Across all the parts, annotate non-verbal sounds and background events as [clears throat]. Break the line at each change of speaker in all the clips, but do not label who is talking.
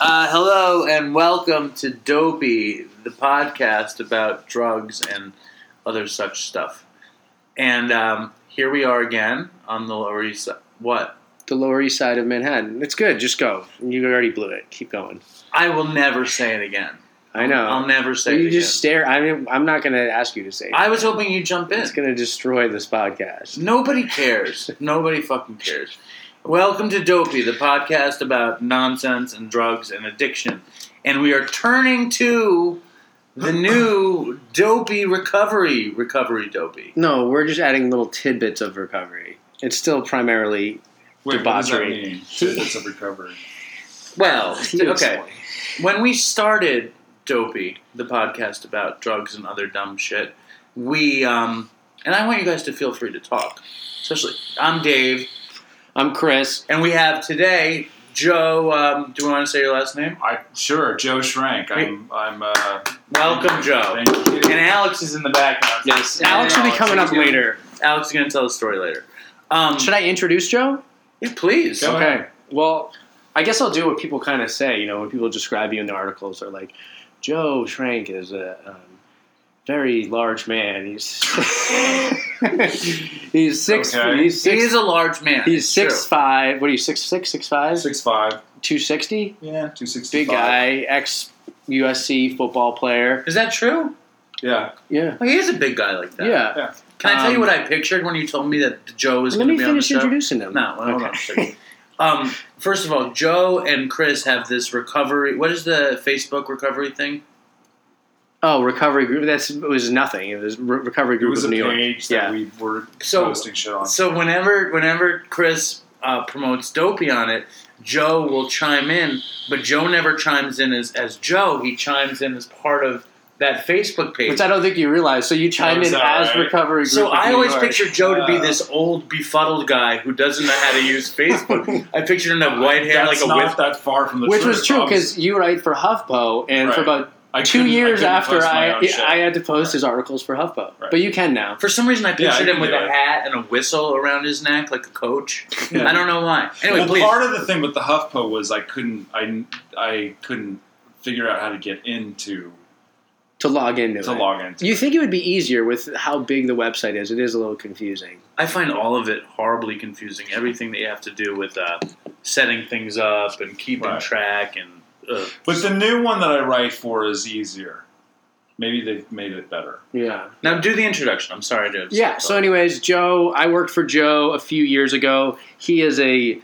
Uh, hello and welcome to Dopey, the podcast about drugs and other such stuff. And um, here we are again on the Lower East Side. What?
The Lower East Side of Manhattan. It's good. Just go. You already blew it. Keep going.
I will never say it again.
I know.
I'll never say
you
it
just stare. I mean, I'm not going to ask you to say.
again. I was hoping you'd jump in.
It's going to destroy this podcast.
Nobody cares. Nobody fucking cares. Welcome to Dopey, the podcast about nonsense and drugs and addiction. And we are turning to the new Dopey Recovery, Recovery Dopey.
No, we're just adding little tidbits of recovery. It's still primarily
Wait, what does that
Debauchery.
mean? Tidbits of recovery.
[laughs]
Well, okay.
Explain.
When we started Dopey, the podcast about drugs and other dumb shit, we, um, and I want you guys to feel free to talk. Especially, I'm Dave,
I'm Chris.
and we have today Joe. Um, do you want to say your last name?
I sure Joe Shrank. I'm. I'm. Uh,
Mm-hmm.
Welcome, Joe.
Thank you.
And Alex
is in the background.
Yes, Alex will be coming up
Thank you.
later.
Alex is going to tell a story later. Um,
Should I introduce Joe?
Yeah, please.
Go ahead.
Well, I guess I'll do what people kind of say. You know, when people describe you in the articles, they're like, Joe Schrank is a um, very large man. He's [laughs] he's six.
Okay.
He's
He
six.
is a large man.
he's
it's true.
six five. What are you? Six six six five?
Six five.
Two sixty.
Yeah, two sixty.
Big guy. Ex USC football player.
Is that true?
Yeah.
Yeah.
Oh, he is a big guy like that.
Yeah.
Can I tell you
Um,
what I pictured when you told me that Joe was
Let
going to
me
be on the
finish
show?
introducing him.
No, hold on a
Okay.
second. Um, first of all, Joe and Chris have this recovery. What is the Facebook recovery thing?
Oh, recovery group. That's it was nothing. It was re- recovery
It
group
was
of
a
New York.
page
Yeah.
that we were
So-
posting shit on.
So whenever whenever Chris uh, promotes Dopey on it, Joe will chime in, but Joe never chimes in as, as Joe. He chimes in as part of that Facebook page.
Which I don't think you realize. So you chime
Is
in
that
as
right?
recovery group.
So
of
I
New
always
York.
picture Joe to be
Uh,
this old befuddled guy who doesn't know how to use
[laughs]
Facebook. I pictured him to have white hair,
That's
like a
not
whip.
that far from the
which
truth,
was true because
obviously.
you write for HuffPo, and for
Right.
about
I
two
couldn't- I
years
couldn't
after
post my
I
own shit.
I had to post his articles for HuffPo,
Right.
but you can now.
For some reason, I
Yeah, I
pictured him
can
with
do
a
that.
hat and a whistle around his neck, like a coach.
Yeah.
I don't know why. Anyway,
well,
please.
part of the thing with the HuffPo was I couldn't. I I couldn't figure out how to get into
To log into
to
it.
log into.
you think it would be easier with how big the website is? It is a little confusing.
I find all of it horribly confusing. Everything that you have to do with uh, setting things up and keeping
Right.
track and. uh, Ugh.
But the new one that I write for is easier. Maybe they've made it better.
Yeah.
Now do the introduction. I'm sorry to.
Yeah. So, anyways, Joe, I worked for Joe a few years ago. He is a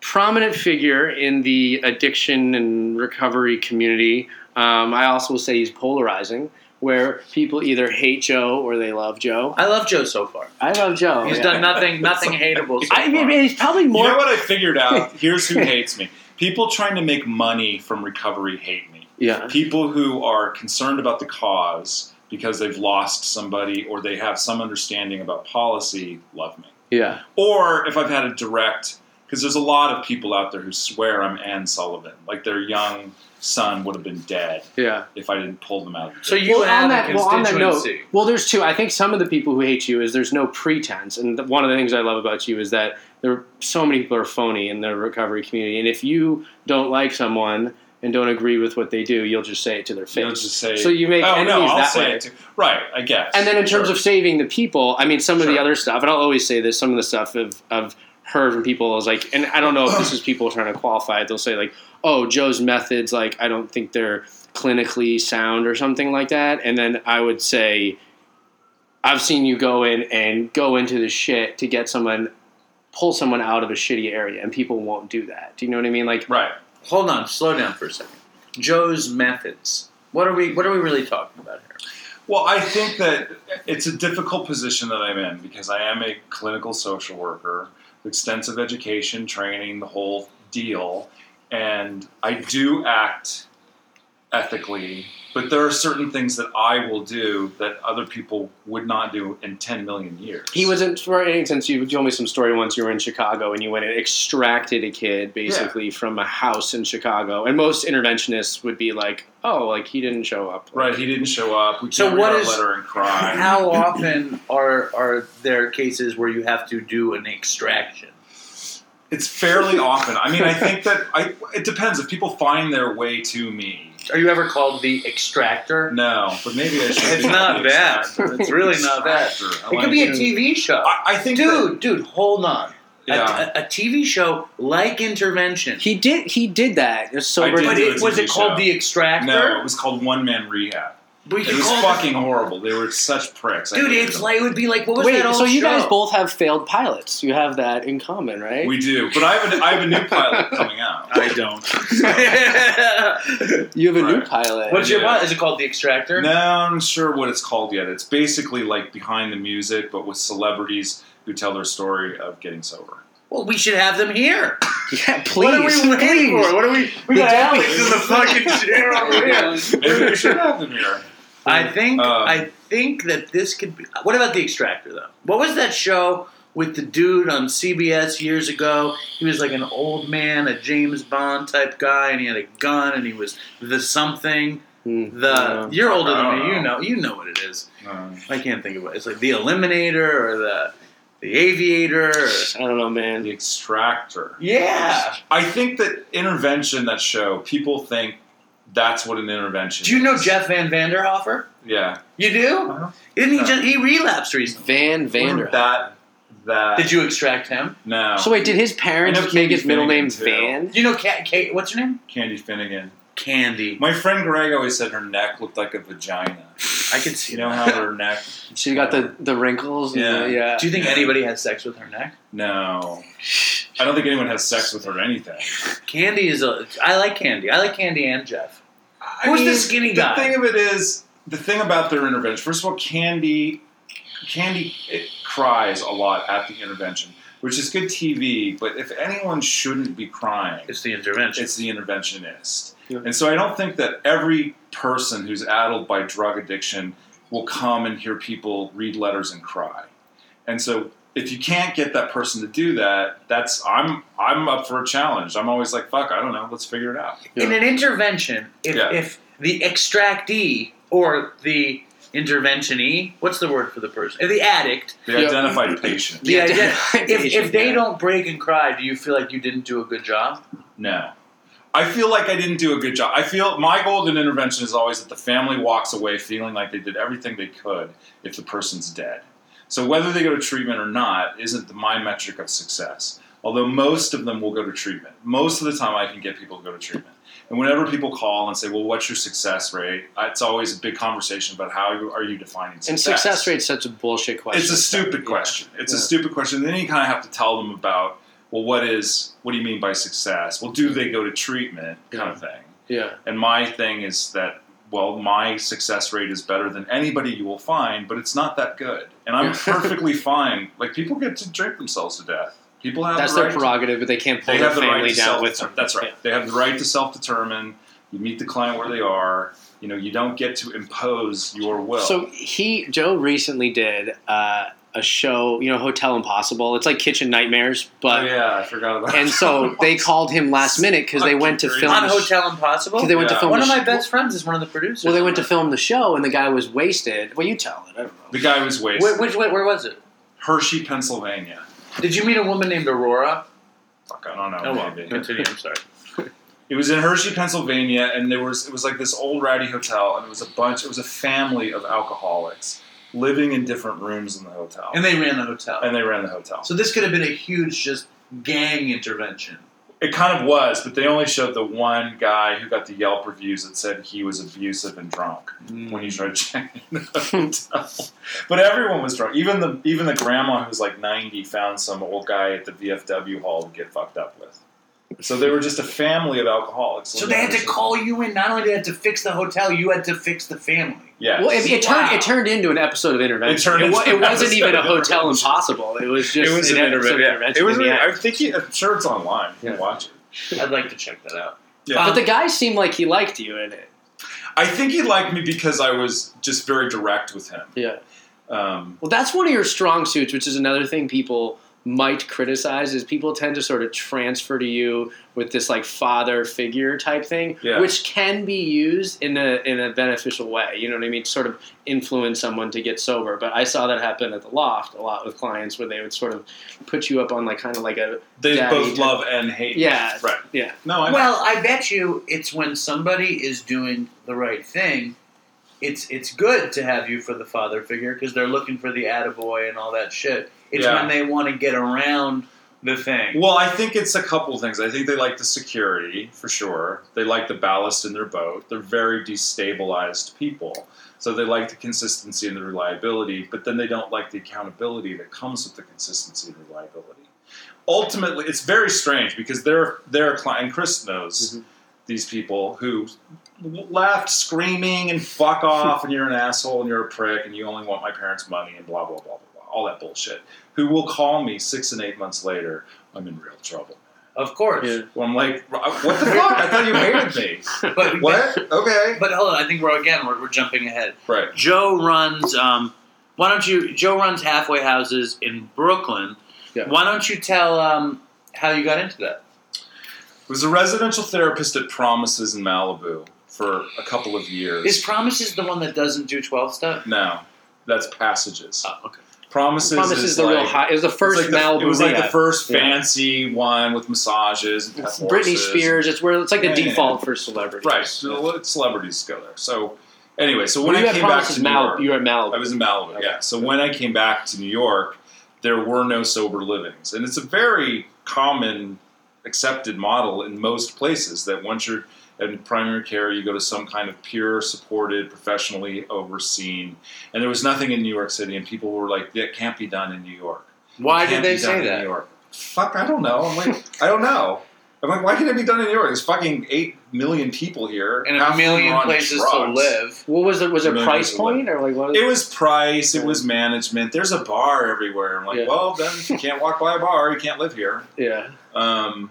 prominent figure in the addiction and recovery community. Um, I also will say he's polarizing, where people either hate Joe or they love Joe.
I love Joe so far.
I love Joe.
He's
yeah.
done nothing, [laughs] nothing hateable. So
I mean,
far.
he's probably
You
more.
know what I figured
[laughs]
out? Here's who hates me. People trying to make money from recovery hate me.
yeah.
People who are concerned about the cause because they've lost somebody or they have some understanding about policy love me.
Yeah.
Or if I've had a direct, because there's a lot of people out there who swear I'm Ann Sullivan, like their young son would have been dead
Yeah.
if I didn't pull them out.
So you
well,
have
on that,
a
well, on that
constituency.
note, well, there's two. I think some of the people who hate you is there's no pretense, and th- one of the things I love about you is that there are so many people are phony in the recovery community, and if you don't like someone and don't agree with what they do, you'll just say it to their face.
You'll just say,
so you make
oh
enemies
no, I'll
that
say
way.
it too. Right, I guess.
And then in terms
Sure.
of saving the people, I mean, some of the
Sure.
other stuff, and I'll always say this, some of the stuff I've, I've heard from people is like, and I don't know if this is people trying to qualify it, they'll say like, oh, Joe's methods, like, I don't think they're clinically sound or something like that. And then I would say, I've seen you go in and go into the shit to get someone, pull someone out of a shitty area, and people won't do that. Do you know what I mean? Like,
right.
Hold on, slow down for a second. Joe's methods. What are we? What are we really talking about here?
Well, I think that it's a difficult position that I'm in because I am a clinical social worker, extensive education, training, the whole deal, and I do act ethically, but there are certain things that I will do that other people would not do in 10 million years.
He wasn't for instance. You told me some story once. You were in Chicago and you went and extracted a kid basically from a house in Chicago. And most interventionists would be like, "Oh, like he didn't show up."
right. He didn't show up. We
So
can't
what
read our
is-
letter
[laughs]
and cry.
How often are are there cases where you have to do an extraction?
It's
[laughs]
fairly often. I mean, I think that I. It depends if people find their way to me.
Are you ever called the extractor?
No, but maybe I should.
It's
be
not
the
bad.
extractor.
It's really not bad.
Extractor. I
It
like
could be a
it.
TV show.
I, I think,
Dude, dude, hold on.
That, yeah,
A, a, a TV show like Intervention.
He did. He did that. It's so
I
but
did do
it,
a
was
TV
it called
show.
The Extractor?
no, it was called One Man Rehab.
But
It
you
was
called
fucking horrible. They were such pricks. I
Dude,
hated
it's
them.
like it would be like what was
Wait,
that old
so you guys
show?
both have failed pilots. You have that in common, right?
we do. But I have a, I have a new pilot coming out.
I don't.
you have a new
Right.
[laughs]
pilot.
What's your
Yeah.
what? Is it called The Extractor?
No, I'm not sure what it's called yet. It's basically like behind the music, but with celebrities who tell their story of getting sober.
Well, we should have them here.
[laughs] yeah, please.
[laughs] what are we waiting
please.
for? What are we? We got Alex in the [laughs] fucking chair over here.
Maybe we should have them here.
I think
Um,
I think that this could be. What about the Extractor though? What was that show with the dude on CBS years ago? He was like an old man, a James Bond type guy, and he had a gun, and he was the something.
[laughs] Hmm.
The
Yeah.
you're older
I
than
don't
me, you
know.
know, you know what it is.
Um,
I can't think of it. It's like the Eliminator or the the Aviator. Or,
I don't know, man.
the extractor.
yeah.
I think that intervention, that show, people think that's what an intervention.
Do you know
is.
Jeff Van Vanderhofer?
Yeah.
You do?
Uh-huh.
Didn't he
No.
just he relapsed recently?
Van Vander.
That. That.
Did you extract him?
No.
So wait, did his parents
I know
make his
Katie
middle name
Finnegan,
Van?
You know Cat Kate what's her name?
Candy Finnegan.
Candy.
My friend Greg always said her neck looked like a vagina.
I could see
You know
that.
how her neck?
She got the, the wrinkles. and the- yeah.
[laughs] Do you think anybody has sex with her neck?
No. I don't think anyone has sex with her or anything.
Candy is a. I like Candy. I like Candy and Jeff.
I
Who's the skinny guy?
The thing of it is, the thing about their intervention. First of all, Candy, Candy it cries a lot at the intervention, which is good TV. But if anyone shouldn't be crying,
It's the intervention.
it's the interventionist.
Yeah.
And so I don't think that every person who's addled by drug addiction will come and hear people read letters and cry. And so if you can't get that person to do that, that's I'm I'm up for a challenge. I'm always like, fuck, I don't know, let's figure it out.
In an intervention, if,
Yeah.
if the extractee or the interventionee, what's the word for the person? If the addict,
The
Yeah.
identified patient.
Yeah, yeah. [laughs] if,
identification,
if they
yeah.
don't break and cry, do you feel like you didn't do a good job?
No. I feel like I didn't do a good job. I feel my golden intervention is always that the family walks away feeling like they did everything they could if the person's dead. So whether they go to treatment or not isn't the- my metric of success. Although most of them will go to treatment. Most of the time I can get people to go to treatment. And whenever people call and say, "Well, what's your success rate?" it's always a big conversation about how you, are you defining
And
success.
success rate's such a bullshit question.
It's a stupid
Yeah.
question. It's a
Yeah.
stupid question. Then you kind of have to tell them about, well, what is, what do you mean by success? Well, do they go to treatment, kind of thing.
Yeah.
And my thing is that, well, my success rate is better than anybody you will find, but it's not that good. And I'm
Yeah. [laughs]
perfectly fine. Like people get to drink themselves to death. People have
That's
the
their
right. to,
prerogative, but they can't pull
they
their
have the
family
right to
down
self.
with them.
That's right. They have the right to self-determine. You meet the client where they are. You know, you don't get to impose your will.
So he Joe recently did uh, a show, you know, Hotel Impossible. It's like Kitchen Nightmares,
oh,
but
yeah, I forgot about
and
[laughs]
so they called him last minute because they went to
Fucking
film.
crazy.
On
the sh-
Hotel Impossible?
'cause they went to
Yeah.
film.
One
the
of my
sh-
best friends is one of the producers.
Well, they went to film the show, and the guy was wasted. Well, you tell it. I don't
The
know.
guy was wasted.
Wait, which, wait, where was it?
Hershey, Pennsylvania.
Did you meet a woman named Aurora?
Fuck, I don't know.
Oh,
maybe.
continue. I'm sorry.
It was in Hershey, Pennsylvania, and there was it was like this old rowdy hotel, and it was a bunch. It was a family of alcoholics living in different rooms in the hotel,
And they ran the hotel.
And they ran the hotel.
so this could have been a huge just gang intervention.
It kind of was, but they only showed the one guy who got the Yelp reviews that said he was abusive and drunk when you tried to check in the hotel. but everyone was drunk. Even the even the grandma who was like ninety found some old guy at the VFW hall to get fucked up with. So they were just a family of alcoholics.
So they had to call you in. Not only did they have to fix the hotel, you had to fix the family.
Yeah.
Well, it, it turned
Wow.
it turned into an episode of Intervention.
It turned
wa-
into an
wasn't even a
episode of
Hotel
Intervention.
Impossible. It was just
it was
an,
an
episode of
intervention. Yeah.
Intervention.
It was.
in the
an-
end.
I think you, I'm sure it's online. You
Yeah.
can watch it.
I'd like to check that out.
Yeah.
but the guy seemed like he liked you in it.
I think he liked me because I was just very direct with him.
Yeah.
Um,
Well, that's one of your strong suits, which is another thing people might criticize is people tend to sort of transfer to you with this like father figure type thing,
Yeah.
which can be used in a in a beneficial way. You know what I mean? Sort of influence someone to get sober. But I saw that happen at the loft a lot with clients where they would sort of put you up on like kind of like a
They
Yeah, you
both
did.
love and hate.
yeah
Right.
yeah
No, I
Well, I bet you it's when somebody is doing the right thing. It's it's good to have you for the father figure because they're looking for the attaboy and all that shit. It's
Yeah.
when they want to get around the thing.
Well, I think it's a couple things. I think they like the security for sure. They like the ballast in their boat. They're very destabilized people. So they like the consistency and the reliability, but then they don't like the accountability that comes with the consistency and reliability. Ultimately, it's very strange because there there are clients, and Chris knows
Mhm.
these people who laughed screaming and fuck off and you're an asshole and you're a prick and you only want my parents' money and blah blah blah blah blah all that bullshit. Who will call me six and eight months later I'm in real trouble.
Of course,
Yeah.
Well, I'm like, what the fuck? I thought you hated me.
[laughs]
but
What? Okay.
But hold on, I think we're again we're, we're jumping ahead.
Right.
Joe runs. Um, why don't you? Joe runs halfway houses in Brooklyn.
Yeah.
Why don't you tell um, how you got into that?
It was a residential therapist at Promises in Malibu for a couple of years.
Is Promises the one that doesn't do twelve step?
no, that's Passages.
Oh, okay.
Promises
promise
is,
is the
like,
real high. It was the
it's
first
like the,
Malibu
It was like the
rehab.
first
Yeah.
fancy one with massages. And
It's
pet
Britney
horses.
Spears. It's where it's like the
Yeah.
default for celebrities.
Right. So let celebrities go there. So anyway, so
When you
when I
had
came back to
promises
New York,
Malibu, you were at Malibu.
I was in Malibu, yeah. So when I came back to New York, there were no sober livings. And it's a very common accepted model in most places that once you're in primary care, you go to some kind of peer supported, professionally overseen. And there was nothing in New York City, and people were like, that can't be done in New York.
Why did
Can't
they
be done
say
in New
that?
York. Fuck, I don't know. I'm like, I don't know. I'm like, why can't it be done in New York? There's fucking 8 million people here.
In
half
a
of them are
million
on
places to
drugs.
live.
What was it? Was it
Millions
price
of
point or like what?
It was price. It was management. There's a bar everywhere. I'm like,
Yeah.
well, then if you can't walk by a bar, you can't live here.
yeah.
Um,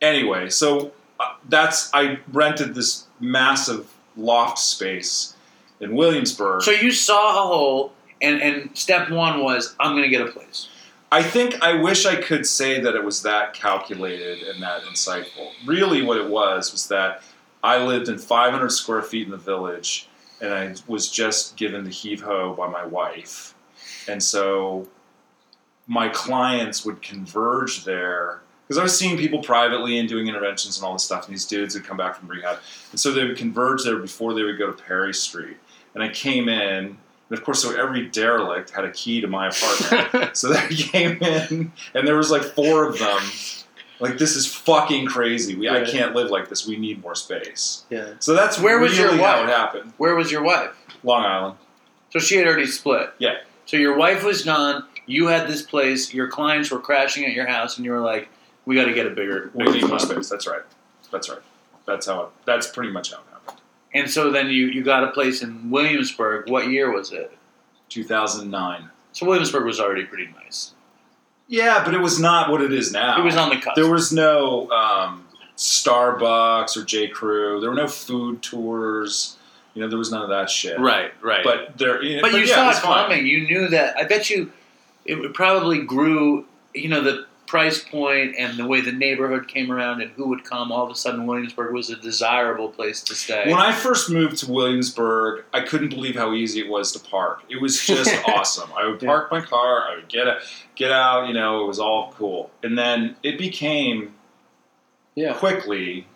anyway, so uh, that's I rented this massive loft space in Williamsburg.
So you saw a hole, and and step one was I'm going to get a place.
I think I wish I could say that it was that calculated and that insightful. Really, what it was was that I lived in 500 square feet in the village, and I was just given the heave ho by my wife, and so my clients would converge there because I was seeing people privately and doing interventions and all this stuff. And these dudes would come back from rehab, and so they would converge there before they would go to Perry Street. And I came in. And of course, so every derelict had a key to my apartment. So they [laughs] came in, and there was like four of them. Like this is fucking crazy. We, I
Yeah.
can't live like this. We need more space.
[laughs] yeah.
So that's
Where was your
really how
wife?
it happened.
Where was your wife?
Long Island.
So she had already split.
Yeah.
So your wife was gone. You had this place. Your clients were crashing at your house, and you were like, "We got to get a bigger."
We need more space. That's right. That's right. That's how. It, that's pretty much how it happened.
And so then you you got a place in Williamsburg. What year was it?
2009.
So Williamsburg was already pretty nice.
Yeah, but it was not what it is now.
It was on the cusp.
There was no um, Starbucks or J Crew. There were no food tours. You know, there was none of that shit.
right, right.
But there.
but
But,
you
yeah,
saw
was
it
fine.
coming. You knew that. I bet you it probably grew. You know the price point and the way the neighborhood came around and who would come. All of a sudden, Williamsburg was a desirable place to stay.
When I first moved to Williamsburg, I couldn't believe how easy it was to park. It was
[laughs]
just awesome. I would
Yeah.
park my car, I would get a, get out, you know, it was all cool. And then it became
Yeah.
quickly,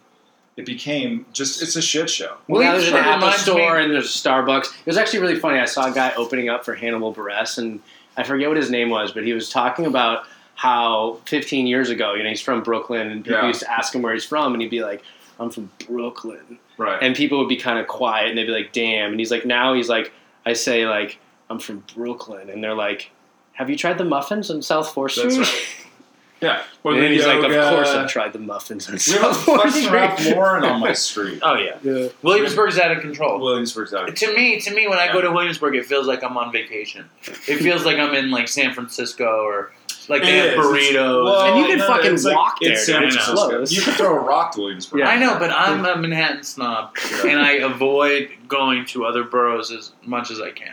it became just it's a shit show.
Well, now there's an
Williamsburg
Apple
reminds
store
me-
and there's a Starbucks. It was actually really funny. I saw a guy opening up for Hannibal Buress, and I forget what his name was, but he was talking about how 15 years ago, you know, he's from Brooklyn, and people
Yeah.
used to ask him where he's from, and he'd be like, "I'm from Brooklyn,"
Right.
and people would be kind of quiet, and they'd be like, "Damn," and he's like, "Now he's like, I say like, I'm from Brooklyn," and they're like. Have you tried the muffins on South Fourth Street?
That's right. Yeah. Well,
and then he's like, "Of
yoga.
course, I've tried the muffins on
We
[laughs]
have a
South Fourth
fucking Ralph
Street."
Lauren
[laughs]
on my street.
Oh yeah,
Yeah.
Williamsburg's out of control.
Williamsburg's out.
To me, to me, when I go to Williamsburg, it feels like I'm on vacation. It feels like I'm in like San Francisco or like they
It
have
is. It's-
burritos.
well,
And you can
no,
fucking
it's like-
walk there,
It's San
dude. It's
Francisco.
close.
You can throw a rock to Williamsburg.
Yeah.
I know, but I'm a [laughs] Manhattan snob,
Yeah.
and I avoid going to other boroughs as much as I can.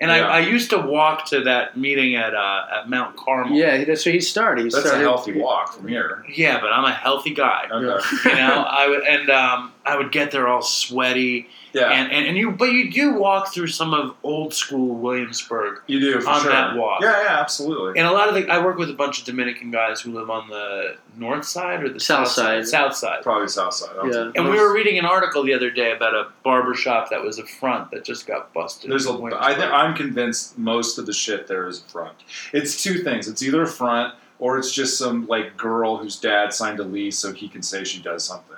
And
Yeah.
I, I used to walk to that meeting at uh, at Mount Carmel.
Yeah, that's where he started. He
That's a
started
healthy walk from here.
Yeah, but I'm a healthy guy.
Okay.
You
[laughs]
know, I would and um, I would get there all sweaty
Yeah,
and, and, and you but you do walk through some of old school Williamsburg.
you do for
on
sure.
that walk.
Yeah, yeah, absolutely.
And a lot of the I work with a bunch of Dominican guys who live on the north side or the
South side.
South side.
Probably south side. I'll
Yeah.
And we were reading an article the other day about a barber shop that was a front that just got busted.
There's a.
in
I
Williamsburg.
think I'm convinced most of the shit there is front. It's two things. It's either a front or it's just some like girl whose dad signed a lease so he can say she does something.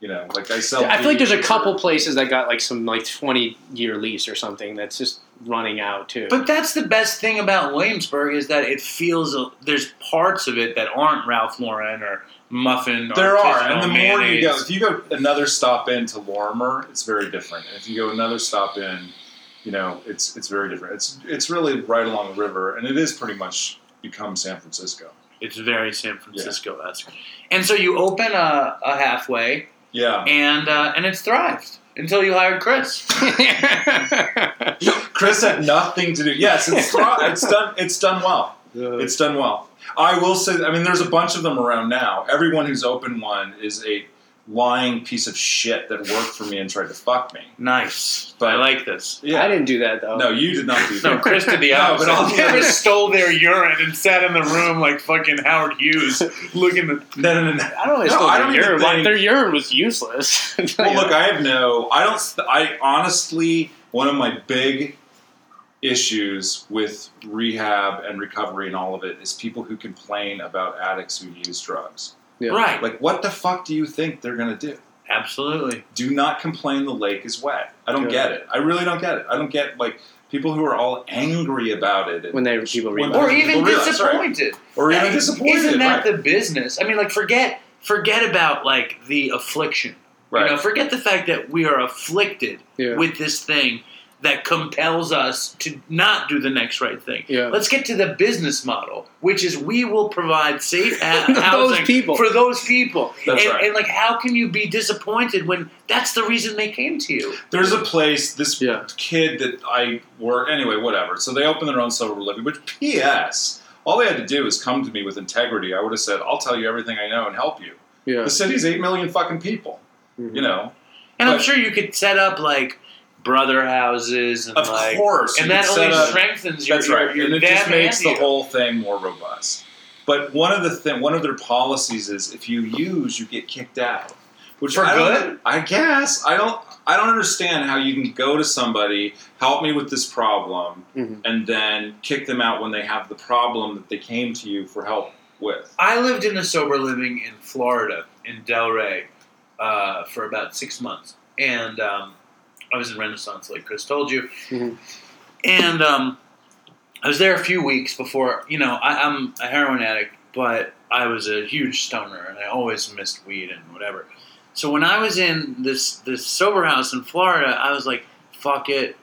You know, like I sell.
I feel like there's a
weed or-
couple places that got like some like 20 year lease or something that's just running out too. [laughs]
But that's the best thing about Williamsburg is that it feels uh, there's parts of it that aren't Ralph Lauren or Muffin. or
There are,
artisanal
and the more you go,
mayonnaise.
if you go another stop in to Lorimer, it's very different. And if you go another stop in, you know, it's it's very different. It's it's really right along the river, and it is pretty much become San Francisco.
it's very San Francisco esque. And so you open a, a halfway,
Yeah,
and uh, and it's thrived until you hired Chris.
Chris had nothing to do. Yes, it's thro- it's done. It's done well. [laughs] It's done well. I will say. I mean, there's a bunch of them around now. Everyone who's opened one is a lying piece of shit that worked for me and tried to fuck me.
nice,
But-
I like this.
I
Yeah.
didn't do that though.
No, you did not do that.
No, Chris did the
[laughs] No,
opposite.
but all the
Chris
other-
stole their urine and sat in the room like fucking Howard
[laughs]
Hughes, looking at
No, no, no, no.
I don't really
No,
still
I
do
don't even
urine. Like,
think-
their urine was useless.
Well, look, I have no. I don't. I honestly, one of my big issues with rehab and recovery and all of it is people who complain about addicts who use drugs.
Yeah.
right.
Like, what the fuck do you think they're gonna do?
Absolutely.
Do not complain the lake is wet. I don't
Yeah.
get it. I really don't get it. I don't get like people who are all angry about it and,
when they people
When-
realize
Or
People
even
realize, right.
disappointed.
or even
That-
disappointed.
Isn't that
right?
the business? I mean, like forget forget about like the affliction.
right.
You know, forget the fact that we are afflicted
Yeah.
with this thing that compels us to not do the next right thing.
Yeah.
Let's get to the business model, which is we will provide
[laughs]
safe ha-
Those
housing
people.
for those people.
That's
and,
right.
and like, how can you be disappointed when that's the reason they came to you?
There's a place, this
Yeah.
kid that I work, anyway, whatever. So they opened their own sober living, which, P.S., all they had to do is come to me with integrity. I would have said, I'll tell you everything I know and help you.
yeah. Mm-hmm.
The city's 8 million fucking people, you [laughs] know?
And I'm
But-
sure you could set up like brother houses and
Of
like.
course.
And
you
that
could
only
set up-
strengthens your,
That's
your-
right.
your
and it
them
just makes
and
the
you.
whole thing more robust. But one of the thi- one of their policies is if you use, you get kicked out. Which
For
I don't-
good?
I guess. I don't I don't understand how you can go to somebody, help me with this problem,
Mm-hmm.
Mhm.
and then kick them out when they have the problem that they came to you for help with.
I lived in a sober living in Florida, in Delray, uh, for about six months. And um, I was in Renaissance, like Chris told you.
Mhm.
And um, I was there a few weeks before, you know, I, I'm a heroin addict, but I was a huge stoner and I always missed weed and whatever. So when I was in this, this sober house in Florida, I was like, fuck it.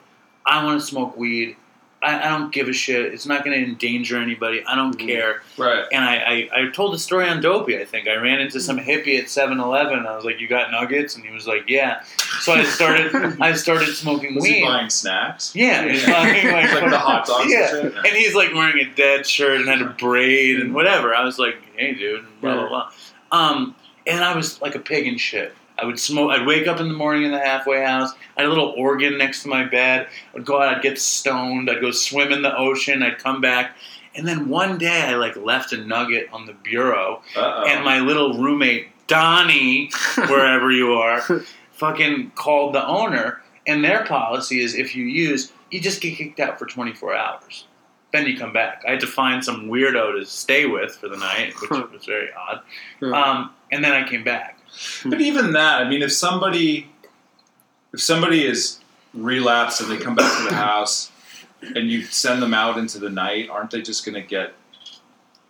I want to smoke weed. I, I don't give a shit. It's not going to endanger anybody. I don't
Mhm.
care
Right.
and I, I, I told the story on Dopey, I think. I ran into some hippie at 7 Eleven. I was like, You got nuggets? And he was like, Yeah. So I started I started smoking
Was
weed.
he buying snacks?
yeah. he was [laughs] buying, like,
like the hot dogs
[laughs] Yeah.
and shit?
And he's like wearing a dad shirt and had a braid and whatever. I was like, Hey, dude, and blah, blah, blah. Um, and I was like a pig in shit. I would smoke. I'd wake up in the morning in the halfway house. I had a little organ next to my bed. I'd go out. I'd get stoned. I'd go swim in the ocean. I'd come back, and then one day I like left a nugget on the bureau,
Uh-oh.
and my little roommate Donnie, wherever you are,
[laughs]
fucking called the owner. And their policy is if you use, you just get kicked out for 24 hours. Then you come back. I had to find some weirdo to stay with for the night, which was very odd. Um, and then I came back.
But even that, I mean, if somebody if somebody is relapsed and they come back to the house and you send them out into the night, aren't they just going to get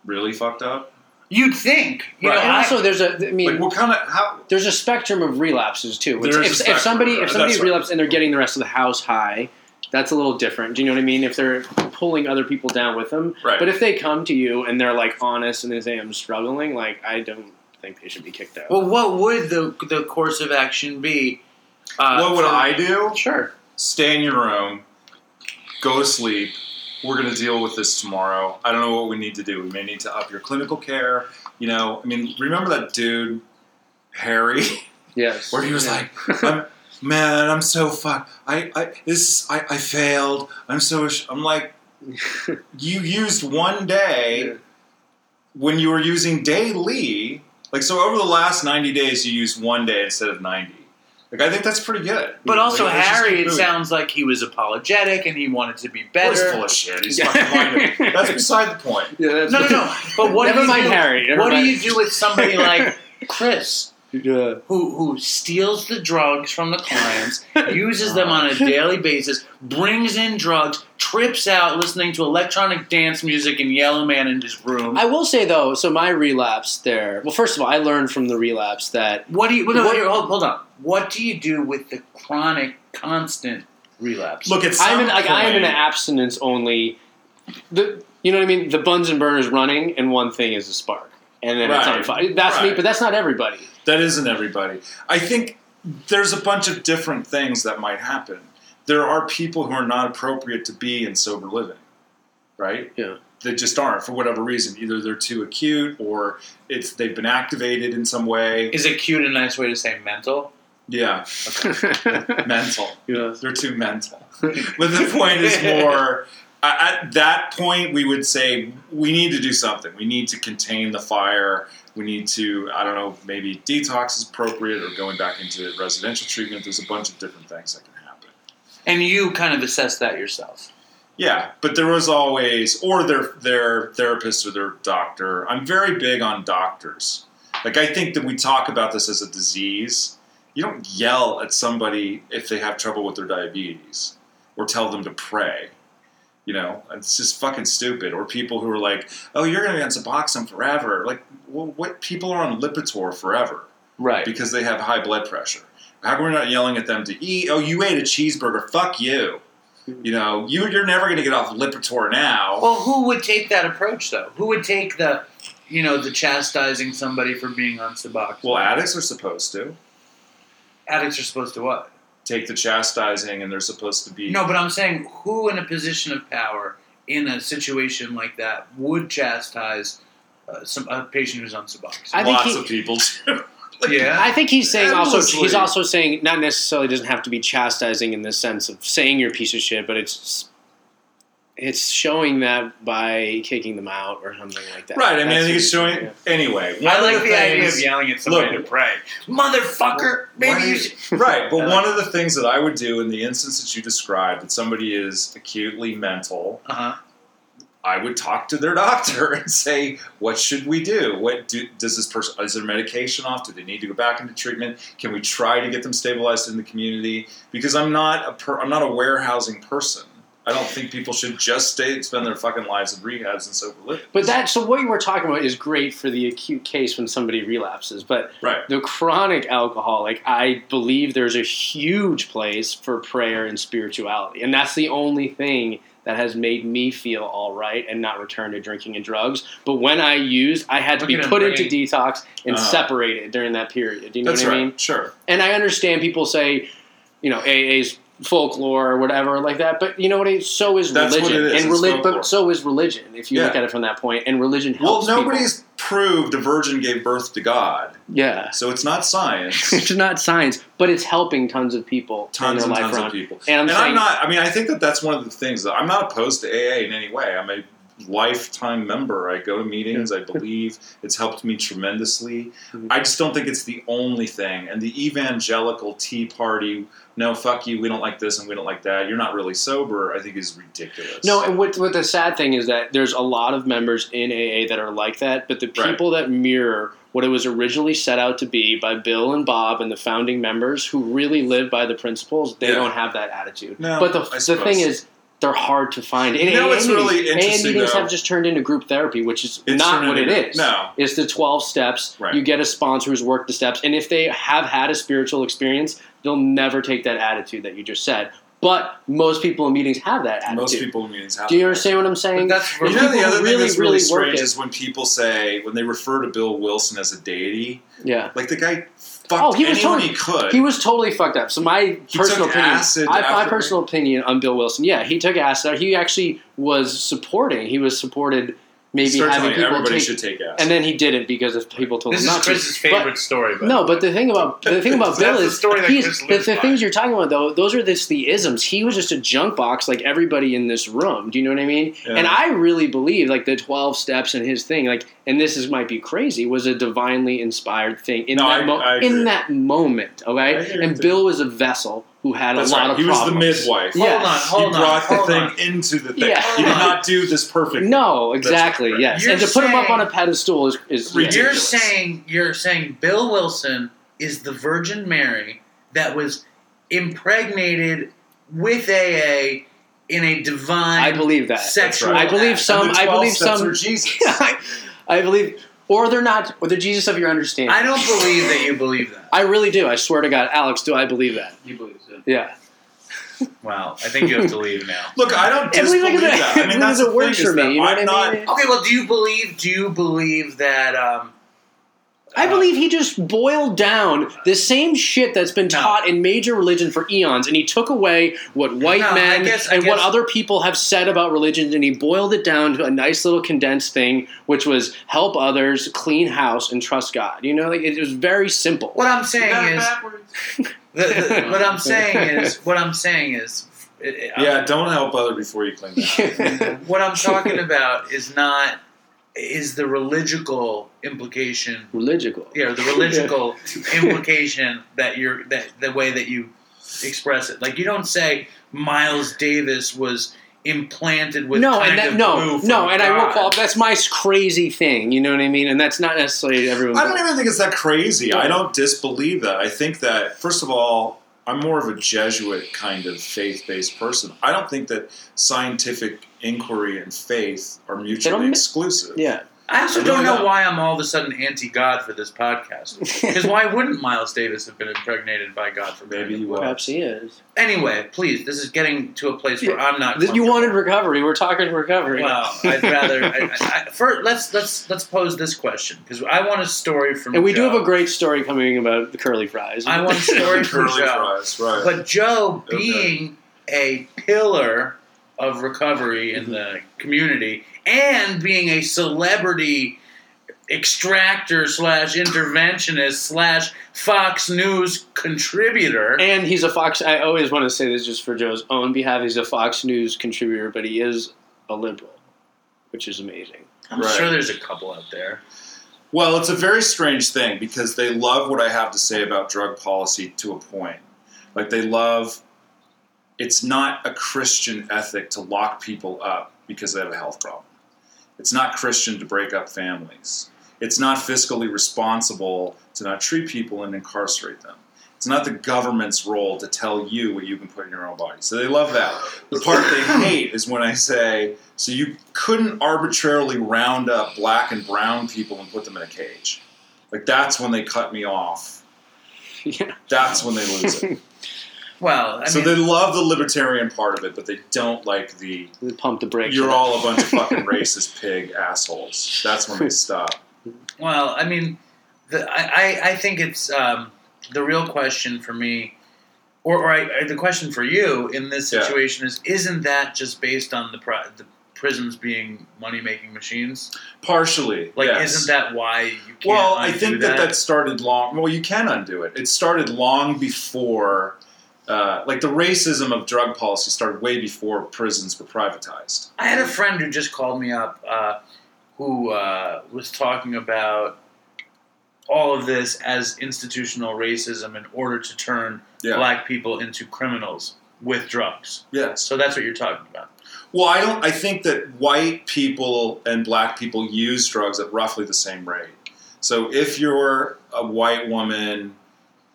really fucked up?
You'd think, you
Right.
know,
and
I-
also, there's a I mean,
Like, what kind of how?
there's a spectrum of relapses too. Which
There
if,
is a
if
spectrum,
somebody if
right.
somebody
That's right.
relapses and they're getting the rest of the house high, that's a little different. Do you know what I mean? If they're pulling other people down with them,
Right.
but if they come to you and they're like honest and they say I'm struggling, like I don't think they should be kicked out.
well, what would the the course of action be? Uh,
what would
for-
I do?
sure.
Stay in your room, go to sleep. We're going to deal with this tomorrow. I don't know what we need to do. We may need to up your clinical care. You know, I mean, remember that dude, Harry, [laughs]
Yes.
where he was
Yeah. [laughs]
like, I'm, "Man, I'm so fucked. I, I this, I, I failed. I'm so." ash-" I'm like, you used one day
Yeah.
when you were using daily. Like, so over the last 90 days, you used one day instead of 90. Like, I think that's pretty good.
But also,
Like, let's just
Harry,
keep
it
moving.
sounds like he was apologetic and he wanted to be
Well, he's
better.
full of
[laughs]
shit. He's
Yeah.
fucking lying. That's beside the point.
[laughs] Yeah, that's-
No, no, no. But what
Never
do you
mind
do?
Harry. Never
what do
mind.
you do with somebody
[laughs]
like Chris,
Yeah.
who who steals the drugs from the clients, uses them on a daily basis, brings in drugs, trips out listening to electronic dance music and Yellow Man in his room?
[laughs] I will say though, so my relapse there. Well, first of all, I learned from the relapse that
what do you? Well, no,
What-
here, hold, hold on. What do you do with the chronic, constant relapse?
Look, at some
I'm in, like I am in
point-
an abstinence only. The you know what I mean? The buns and burners running, and one thing is a spark, and then it's on
Right.
fire. That's me,
Right.
but that's not everybody. [laughs]
That isn't everybody. I think there's a bunch of different things that might happen. There are people who are not appropriate to be in sober living, right?
Yeah.
They just aren't for whatever reason. Either they're too acute, or it's they've been activated in some way.
is it cute? A nice way to say mental.
Yeah, mental.
yeah.
They're too mental. [laughs] But the point is more I- at that point, we would say we need to do something. We need to contain the fire. We need to, I don't know, maybe detox is appropriate or going back into residential treatment. There's a bunch of different things that can happen.
And you kind of assess that yourself.
Yeah, but there was always, or their their therapist or their doctor. I'm very big on doctors. Like I think that we talk about this as a disease. You don't yell at somebody if they have trouble with their diabetes, or tell them to pray. You know, it's just fucking stupid. Or people who are like, "Oh, you're going to be on Suboxone forever." Like, well, what people are on Lipitor forever?
Right.
because they have high blood pressure. How come we're not yelling at them to eat? Oh, you ate a cheeseburger. Fuck you. You know, you you're never going to get off Lipitor now.
Well, who would take that approach though? Who would take the, you know, the chastising somebody for being on Suboxone?
well, addicts are supposed to
addicts are supposed to what?
take the chastising, and they're supposed to be
No, but I'm saying who in a position of power in a situation like that would chastise uh, some a patient who's on Suboxone?
I think
lots
he-
of people. too. [laughs]
yeah.
I think he's saying also
Endlessly.
he's also saying not necessarily doesn't have to be chastising in the sense of saying you're a piece of shit, but it's it's showing that by kicking them out or something like that.
right. I mean, I
That's
think it's
what he's
showing
saying,
anyway. one
I
of
like the idea
things-
of yelling at somebody
Look.
to pray. Motherfucker,
Why
maybe
do
you
you-
should. [laughs]
Right,
I
but
like
one of the things that I would do in the instance that you described, that somebody is acutely mental,
Uh-huh.
I would talk to their [laughs] doctor and say, "What should we do? What do, does this person? Is their medication off? Do they need to go back into treatment? Can we try to get them stabilized in the community? Because I'm not a per, I'm not a warehousing person. I don't think people should just stay and spend their fucking lives in rehabs and sober living.
But that so what you were talking about is great for the acute case when somebody relapses, but
Right.
the chronic alcoholic, I believe there's a huge place for prayer and spirituality. And that's the only thing that has made me feel all right and not return to drinking and drugs. But when I used, I had to
Look
be
at him
put into
bringing-
detox and
Uh-huh.
separated during that period. Do you know
That's
what I
right.
mean?
Sure.
And I understand people say, you know, AA's folklore or whatever like that, but you know what? It, so is
That's what
religion.
it is.
And
It's
religion,
folklore.
but so is religion. If you
Yeah.
look at it from that point, and religion
Well,
helps.
nobody's proved a virgin gave birth to God,
people. yeah. [laughs]
so it's not science.
it's not science, but it's helping tons of people in
tons
their
and
life
tons
run.
of people.
And I'm
and
saying,
I'm not. I mean, I think that that's one of the things that I'm not opposed to AA in any way. I'm a lifetime member. I go to meetings. I believe it's helped me tremendously.
Mhm.
I just don't think it's the only thing. And the evangelical Tea Party, no, fuck you. We don't like this and we don't like that. You're not really sober. I think is ridiculous.
no. And what, what the sad thing is that there's a lot of members in AA that are like that, but the
Right.
people that mirror what it was originally set out to be by Bill and Bob and the founding members who really live by the principles, they
Yeah.
don't have that attitude.
No,
but
I
the, the
suppose.
thing is. They're hard to find. And
You know
AA
what's really
meetings-
interesting,
AA meetings
though?
have just turned into group therapy, which is
It's
not
turned
what it
into-
is.
No,
It's the 12 steps.
Right.
You get a sponsor who's worked the steps. And if they have had a spiritual experience, they'll never take that attitude that you just said. But most people in meetings have that attitude.
Most people in meetings have.
Do you
that.
understand what I'm saying?
That's
You know, the
People
other thing
really,
that's
really
really
work
strange
it.
is when people say when they refer to Bill Wilson as a deity,
yeah.
like the guy fucked
Oh, he was
anyone
totally-
he could.
He was totally fucked up. So my
He
personal
took
opinion,
acid
I, my
after-
personal opinion on Bill Wilson. Yeah, he took acid. He actually was supporting. He was supported. Maybe
Start
having
telling
people
everybody
take,
should take acid.
and then he didn't because if people told
This
him
is
not
Chris's
to. But-
favorite story, but
no, but the thing about
[laughs]
the thing about
That's
Bill
the
is
story that
he's-
Chris
the,
lives
the
by.
things you're talking about though. Those are just the isms. He was just a junk box like everybody in this room. Do you know what I mean?
Yeah.
And I really believe like the twelve steps and his thing like, and this is might be crazy was a divinely inspired thing in
No,
that
I-
mo-
I agree.
in that moment.
I
Okay,
agree
and
too.
Bill was a vessel who had
That's
a lot
right.
of
he was the
problems.
midwife.
Yeah.
hold on,
Yes.
hold
he
on,
brought
hold
the
on.
thing into the thing.
Yeah.
He did not do this perfectly.
No, exactly.
correct.
Yes,
You're
and to put him up
saying-
on a pedestal is, is
Ridiculous.
You're saying you're saying Bill Wilson is the Virgin Mary that was impregnated with AA in a divine
I believe that.
sexual.
right.
I believe
act.
some.
and the
I
12
believe
steps
some. [laughs]
Are Jesus.
I, I believe, or they're not, or they're Jesus of your understanding.
I don't believe that you believe that.
I really do. I swear to God, Alex, do I believe that?
You believe that.
Yeah.
Wow, I think you have to leave now.
Look, I don't
Every
disbelieve
look at that-
that.
[laughs]
I mean,
every
that's
look
the
at words
thing
for
is
me,
that
you know
I'm
what I
not.
mean?
[laughs] Okay, well, do you believe? Do you believe that? Um, uh,
I believe he just boiled down the same shit that's been
No.
taught in major religion for eons, and he took away what white
No, I
men
guess- I
and what
guess-
other people have said about religion, and he boiled it down to a nice little condensed thing, which was help others, clean house, and trust God. You know, like it was very simple.
what I'm saying is,
backwards.
the, the- what I'm
[laughs]
saying is, what I'm saying is,
Yeah, don't help other before you clean that.
[laughs]
[laughs] what I'm talking about is not is the religical implication
Religical.
yeah,
[laughs]
the religical implication that you're that the way that you express it. Like you don't say Miles Davis was implanted with
no,
kind
and that
of
no,
blue from
no, and I will
God.
qualify. That's my crazy thing. You know what I mean? And that's not necessarily everyone's.
I don't even think it's that crazy. I don't disbelieve that. I think that first of all, I'm more of a Jesuit kind of faith-based person. I don't think that scientific inquiry and faith are mutually
mi-
exclusive.
yeah.
I also
I
don't
really
know
don't.
why I'm all of a sudden anti God for this podcast.
[laughs]
Because why wouldn't Miles Davis have been impregnated by God for
Maybe
marriage?
he was.
Perhaps he is.
Anyway, please, this is getting to a place where I'm not.
You
comfortable.
wanted recovery. We're talking recovery. [laughs]
Well, I'd rather. I, I, I, first, let's let's let's pose this question because I want a story from.
and we
Joe.
do have a great story coming about the curly fries.
I want a story from
Curly
Joe.
fries, right?
But Joe,
Okay.
being a pillar of recovery
Mm-hmm.
in the community and being a celebrity extractor slash interventionist slash Fox News contributor,
[laughs] and he's a Fox. I always want to say this just for Joe's own behalf. He's a Fox News contributor, but he is a liberal, which is amazing.
I'm
Right.
sure there's a couple out there.
Well, it's a very strange thing because they love what I have to say about drug policy to a point. Like they love it's not a Christian ethic to lock people up because they have a health problem. It's not Christian to break up families. It's not fiscally responsible to not treat people and incarcerate them. It's not the government's role to tell you what you can put in your own body. So they love that. The part they hate is when I say, so you couldn't arbitrarily round up black and brown people and put them in a cage. Like that's when they cut me off.
Yeah.
That's when they lose
[laughs]
it.
Well, I
so
mean,
they love the libertarian part of it, but they don't like the
Pump the brakes.
you're all a bunch of
[laughs]
[laughs]
fucking racist pig assholes. That's when they stop.
Well, I mean, the, I, I, I think it's um, the real question for me, or, or I, I- the question for you in this
Yeah.
situation is: Isn't that just based on the pri- the prisons being money making machines?
Partially,
Like,
yes.
isn't that why you can't?
Well, I
undo
think that,
that
that started long. Well, you can undo it. It started long before, uh, like the racism of drug policy started way before prisons were privatized.
I had a friend who just called me up uh, who uh, was talking about all of this as institutional racism in order to turn
Yeah.
black people into criminals with drugs.
Yes.
So that's what you're talking about.
Well, I don't. I think that white people and black people use drugs at roughly the same rate. So if you're a white woman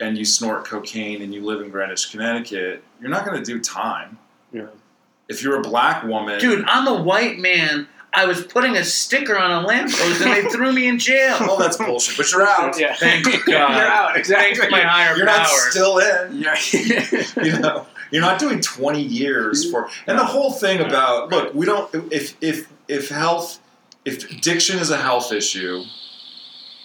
and you snort cocaine and you live in Greenwich, Connecticut, you're not going to do time.
Yeah.
If you're a black woman,
Dude, I'm a white man. I was putting a sticker on a lamppost and [laughs] they threw me in jail.
Well, that's bullshit. But you're out.
Yeah. [laughs]
Thank God. You're out. Exactly. my higher
You're
power.
not still in.
Yeah.
[laughs] you know you're not doing 20 years for and the whole thing about look we don't if if if health if addiction is a health issue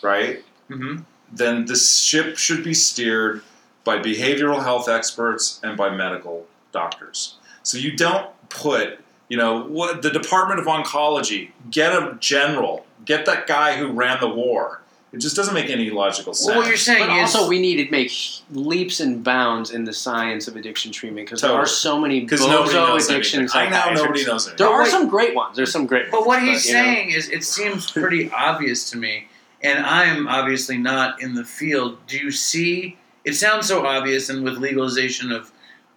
right
Mhm.
then the ship should be steered by behavioral health experts and by medical doctors so you don't put you know what the department of oncology get a general get that guy who ran the war it just doesn't make any logical sense
Well, what you're saying
But
is
also, we need to make leaps and bounds in the science of addiction treatment because there
Totally.
are so many
because nobody
bozo
knows
addiction
anything. I know nobody
psychiatrists.
knows anything.
There
Don't
are
wait.
some great ones. There's some great.
But what
ones,
he's
you know.
saying is, it seems pretty obvious to me, and I'm obviously not in the field. Do you see? It sounds so obvious, and with legalization of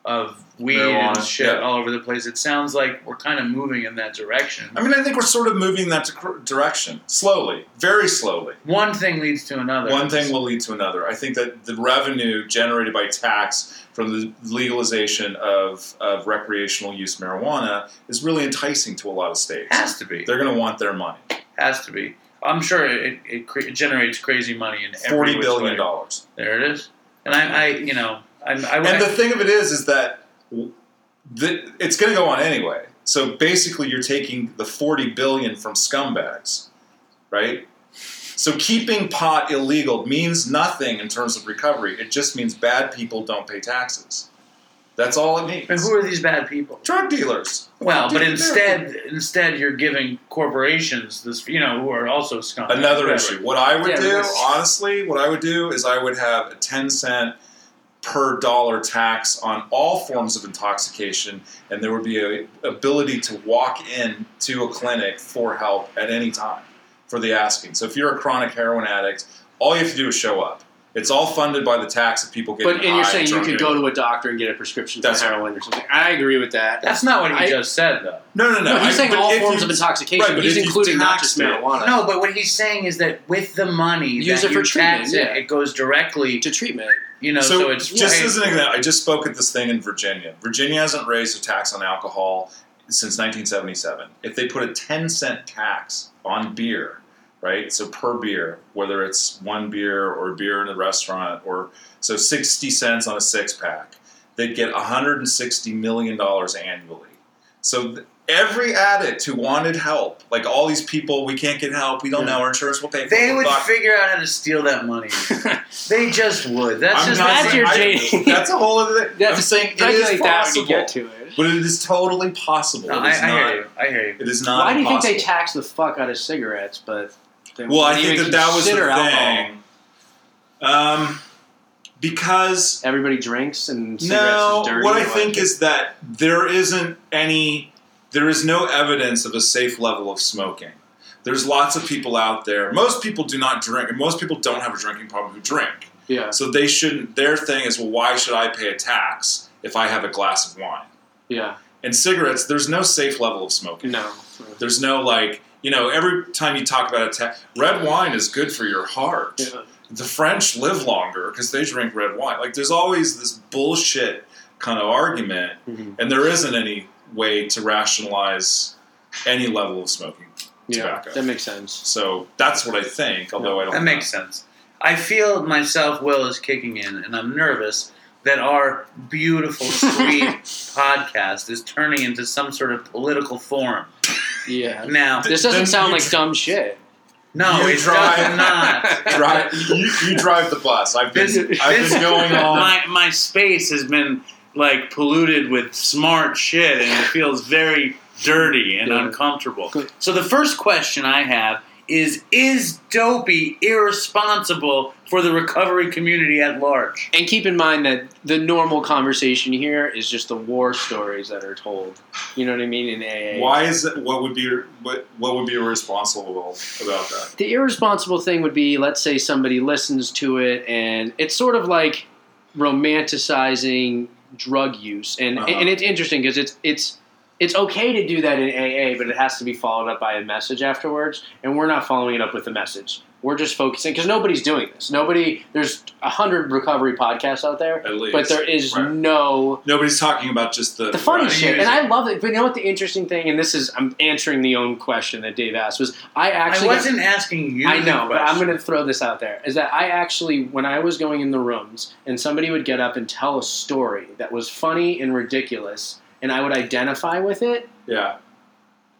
of weed and
Marijuana,
shit
yeah.
all over the place, it sounds like we're kind of moving in that direction.
I mean, I think we're sort of moving that dec- direction slowly, very slowly.
One thing leads to another.
One thing will lead to another. I think that the revenue generated by tax from the legalization of, of recreational use marijuana is really enticing to a lot of states.
has to be.
They're going to want their money.
Has to be. I'm sure it, it, cre- it generates crazy money in every
Forty
which
billion
way.
dollars.
There it is. And I, I you know, I'm, I,
And the thing of it is, is that w- the, it's going to go on anyway. So basically, you're taking the forty billion from scumbags, right? So keeping pot illegal means nothing in terms of recovery. It just means bad people don't pay taxes. That's all it means.
and who are these bad people?
Drug dealers.
Well, but
Dude,
instead, instead you're giving corporations this, you know, who are also scum.
Another
Whatever.
issue. What I would
Yeah,
do,
that's-
honestly, what I would do is I would have a 10 cent per dollar tax on all forms of intoxication, and there would be a ability to walk in to a clinic for help at any time for the asking. So if you're a chronic heroin addict, all you have to do is show up. It's all funded by the tax of people getting
But and you're
high
saying you
drug
could
dealing.
go to a doctor and get a prescription for
That's right.
heroin or something. I agree with that.
That's not what he
I-
just said, though.
No, no, no.
No, he's
I-
saying
but
all
if
forms
you-
of intoxication.
right, but
he's
if you
including not
taxed
just
it-
marijuana.
No, but what he's saying is that with the money
Use
that
it for
you tax
treatment,
it,
yeah.
it goes directly,
to
[laughs]
treatment.
you know, so,
so,
it's
just
paid-
as an example, I just spoke at this thing in Virginia. Virginia hasn't raised a tax on alcohol since 1977. If they put a 10 cent tax on beer, right? So per beer, whether it's one beer or a beer in a restaurant, or so 60 cents on a six pack, they'd get 160 million dollars annually. So th- every addict who wanted help, like all these people, we can't get help. We don't
Yeah.
know our insurance will pay. for it,
They
we're
would
fucked."
figure out how to steal that money. they just would. That's
I'm
just
not
that's
saying-
your
I-
J-
That's a whole
[laughs]
other thing.
That's-
I'm saying it
Regulate
is
that when
possible.
you get to it.
But it is totally possible.
No,
it
I,
is
I
not.
hear you. I hear you.
It is not.
Why do you think they
impossible.
tax the fuck out of cigarettes, but they
Well, I
won't
think
even
that that was the
consider alcohol?
thing. Um, because
Everybody drinks and cigarettes
no,
is dirty.
what I
and
think is that there isn't any, there is no evidence of a safe level of smoking. There's lots of people out there. Most people do not drink. Most people don't have a drinking problem who drink.
yeah,
So they shouldn't. Their thing is, well, why should I pay a tax if I have a glass of wine?
yeah,
And cigarettes, there's no safe level of smoking.
no.
There's no like, you know, every time you talk about a ta- red wine is good for your heart.
Yeah.
The French live longer because they drink red wine. Like, there's always this bullshit kind of argument,
Mhm.
and there isn't any way to rationalize any level of smoking.
yeah,
Tobacco.
that makes sense.
So that's what I think. Although I don't.
That makes sense. I feel myself will is kicking in, and I'm nervous that our beautiful, sweet podcast is turning into some sort of political forum.
Yeah,
Now,
this
Then
doesn't sound
you-
like dumb shit.
no,
You
it
drive.
does not.
[laughs]
Drive, you, you drive the bus. [laughs] I've been.
This-
I've
this-
been going on.
My, my space has been like polluted with smart shit, and it feels very dirty and
Yeah.
uncomfortable.
Good.
So the first question I have is: Is Dopey irresponsible for the recovery community at large?
And keep in mind that the normal conversation here is just the war stories that are told. You know what I mean? In AA,
Why is it? What would be? What, what would be irresponsible about that?
the irresponsible thing would be let's say somebody listens to it and it's sort of like romanticizing drug use and
Uh-huh.
and it's interesting because it's it's it's okay to do that in AA, but it has to be followed up by a message afterwards. And we're not following it up with a message. We're just focusing because nobody's doing this. Nobody. There's a hundred recovery podcasts out there,
At least,
but there is
right.
no
Nobody's talking about just the
the funny
right.
shit. And I love it. But you know what? The interesting thing, and this is I'm answering the own question that Dave asked was I actually
I wasn't asking you.
I
the
know, but I'm
question.
going to throw this out there. Is that I actually, when I was going in the rooms, and somebody would get up and tell a story that was funny and ridiculous, and I would identify with it.
Yeah,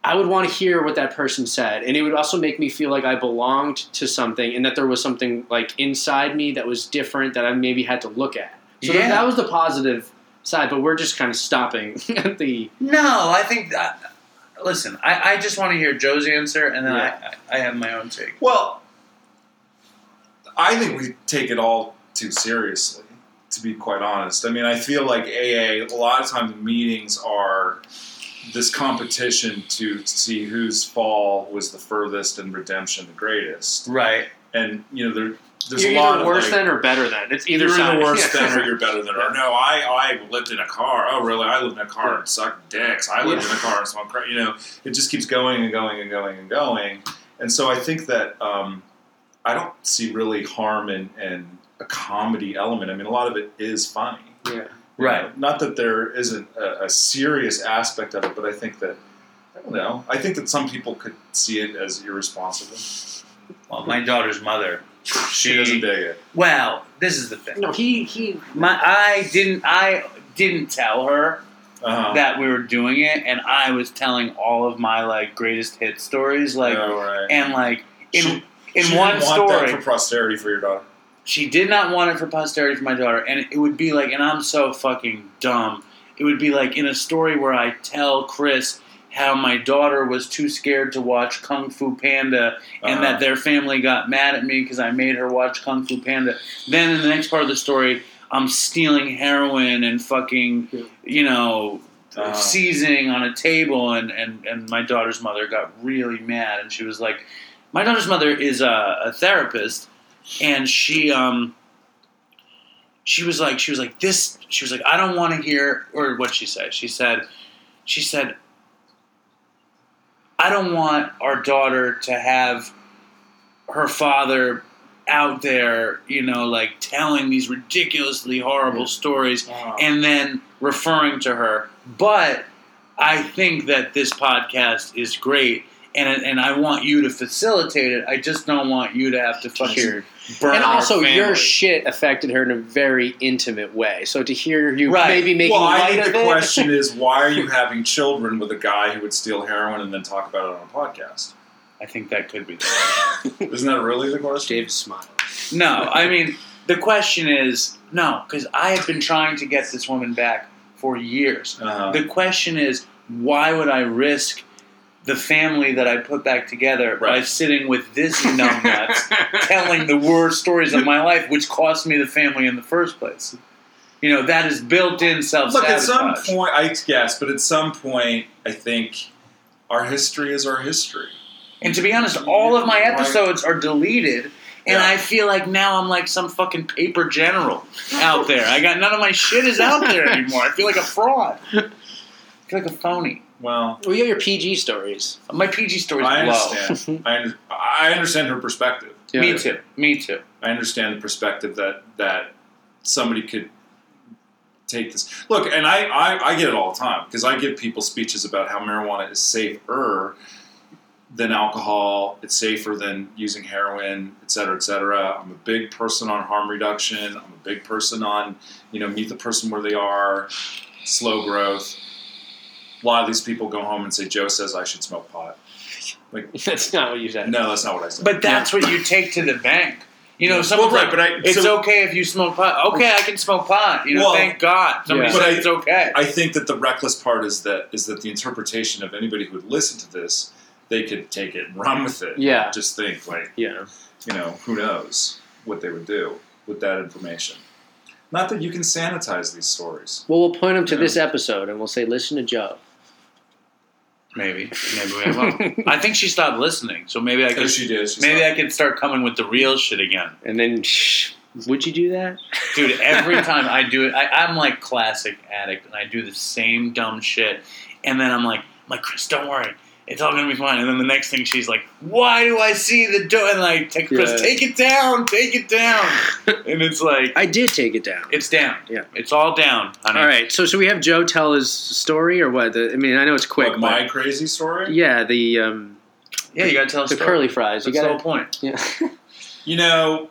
I would want to hear what that person said, and it would also make me feel like I belonged to something, and that there was something like inside me that was different that I maybe had to look at. So that,
Yeah.
that was the positive side, but we're just kind of stopping [laughs] at the
No, I think. That, listen, I, I just want to hear Joe's answer, and then
Yeah.
I, I have my own take.
Well, I think we take it all too seriously, to be quite honest. I mean, I feel like AA, a lot of times meetings are this competition to see whose fall was the furthest and redemption the greatest.
Right.
And, you know, there, there's
you're
a lot
either
of.
worse
like,
than or better than. It's either
you're
side.
the
[laughs]
worse
Yeah.
than, or you're better than, or no, I, I lived in a car. Oh, really? I lived in a car and sucked dicks. I lived
Yeah.
in a car and smoked crack. You know, it just keeps going and going and going and going. And so I think that um, I don't see really harm in, in a comedy element. I mean, a lot of it is funny.
Yeah.
you know?
Right.
Not that there isn't a, a serious aspect of it, but I think that. I don't know. I think that some people could see it as irresponsible.
Well, my daughter's mother.
She doesn't dig it.
Well, this is the thing.
No, he he.
My I didn't I didn't tell her
Uh-huh.
that we were doing it, and I was telling all of my like greatest hit stories, like
Yeah, right.
and like in
She-
in
She
one
didn't want
story.
that for posterity for your daughter.
she did not want it for posterity for my daughter, and it would be like, and I'm so fucking dumb. It would be like in a story where I tell Chris how my daughter was too scared to watch Kung Fu Panda and
Uh-huh.
that their family got mad at me because I made her watch Kung Fu Panda. Then in the next part of the story, I'm stealing heroin and fucking,
Yeah.
you know,
Uh-huh.
seizing on a table, and, and, and my daughter's mother got really mad, and she was like, my daughter's mother is a, a therapist, and she um she was like she was like this she was like I don't want to hear or what she said she said she said I don't want our daughter to have her father out there you know like telling these ridiculously horrible stories
Uh-huh.
and then referring to her. But I think that this podcast is great, and and I want you to facilitate it. I just don't want you to have to fucking burn.
And also,
our family.
your shit affected her in a very intimate way. So to hear you
Right.
maybe making
well, I
light
think
of
the
it, [laughs]
question is why are
[laughs]
you having children with a guy who would steal heroin and then talk about it on a podcast?
I think that could be.
Isn't that really the question?
Dave's smile.
no, I mean the question is no, because I have been trying to get this woman back for years.
Uh,
The question is why would I risk? The family that I put back together by
Right.
sitting with
[laughs]
this numbnuts telling the worst stories of my life, which cost me the family in the first place. You know, that is built in self
look, at some
sabotage.
point, I guess, but at some point, I think our history is our history.
And to be honest, all of my episodes are deleted. And
Yeah.
I feel like now I'm like some fucking paper general out there. I got none of my shit is out there anymore. I feel like a fraud. I feel like a phony.
Well,
Well, you have your PG stories.
My PG story's
I
low.
[laughs]
understand. I, under- I understand her perspective.
Me too. Me too.
I understand the perspective that that somebody could take this. Look, and I I, I get it all the time because I give people speeches about how marijuana is safer than alcohol. It's safer than using heroin, et cetera, et cetera. I'm a big person on harm reduction. I'm a big person on you know meet the person where they are, slow growth. A lot of these people go home and say Joe says I should smoke pot.
That's not what you said.
No, that's not what I said.
But that's what you take to the bank. You know, someone's
Well, right,
like,
but I-
it's
so-
okay if you smoke pot. Okay, I can smoke pot. You know,
Well,
thank God. Somebody
yeah.
said
But I-
it's okay.
I think that the reckless part is that is that the interpretation of anybody who would listen to this, they could take it and run with it.
Yeah.
Just think like,
Yeah.
you know, who knows what they would do with that information. Not that you can sanitize these stories.
Well, we'll point them to
Yeah.
this episode and we'll say, "Listen to Joe."
Maybe, maybe we
[laughs]
won't. I think she stopped listening, so maybe I
Because
could.
she did. She's
Maybe
not-
I could start coming with the real shit again.
[laughs] And then shh, Would you do that?
Dude,
[laughs]
[laughs]
every time I do it, I, I'm like classic addict, and I do the same dumb shit. And then I'm like, I'm like Chris, don't worry, it's all gonna be fine. And then the next thing, she's like, Why do I see the dough? And like, take,
Yeah.
Chris, take it down, take it down. and it's like,
I did take it down.
it's down.
Yeah.
it's all down. Honey.
All right, so should we have Joe tell his story or what? The, I mean, I know it's quick,
What,
but
my crazy story.
yeah, the um,
Yeah, you gotta tell us
the curly fries.
That's
You
the whole
got
point.
yeah.
You know,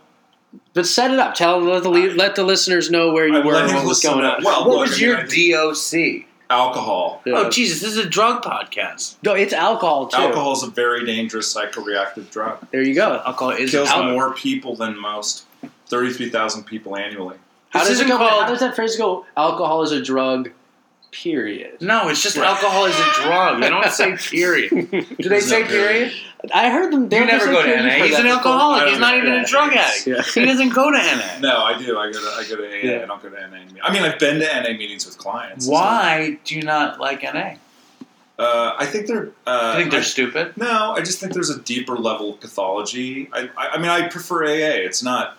but set it up. Tell let the le- let the listeners know where you
I'm
were and
letting
what was
listen
going
to-
on.
Well,
What
look,
was
I mean,
your
I think
DOC?
alcohol?
Yeah.
Oh Jesus, this is a drug podcast.
no, it's alcohol too.
Alcohol is a very dangerous psychoreactive drug.
There you go.
Alcohol
It
is
kills
alcohol.
more people than most. Thirty-three thousand people annually.
How
This
does it
isn't
go?
called-
How does that phrase go? Alcohol is a drug. Period.
No, it's just alcohol is a drug. They don't
[laughs]
say period. Do they
It's
say
not period.
period?
I heard them.
You never go to NA. He's an alcoholic. He's not even a drug addict. He doesn't go to
[laughs]
NA.
No, I do. I go to I go to AA.
Yeah.
I don't go to NA. meetings. I mean, I've been to NA meetings with clients.
Why do you not like NA?
Uh, I think they're. Uh,
I think they're stupid.
no, I just think there's a deeper level of pathology. I, I, I mean, I prefer AA. It's not.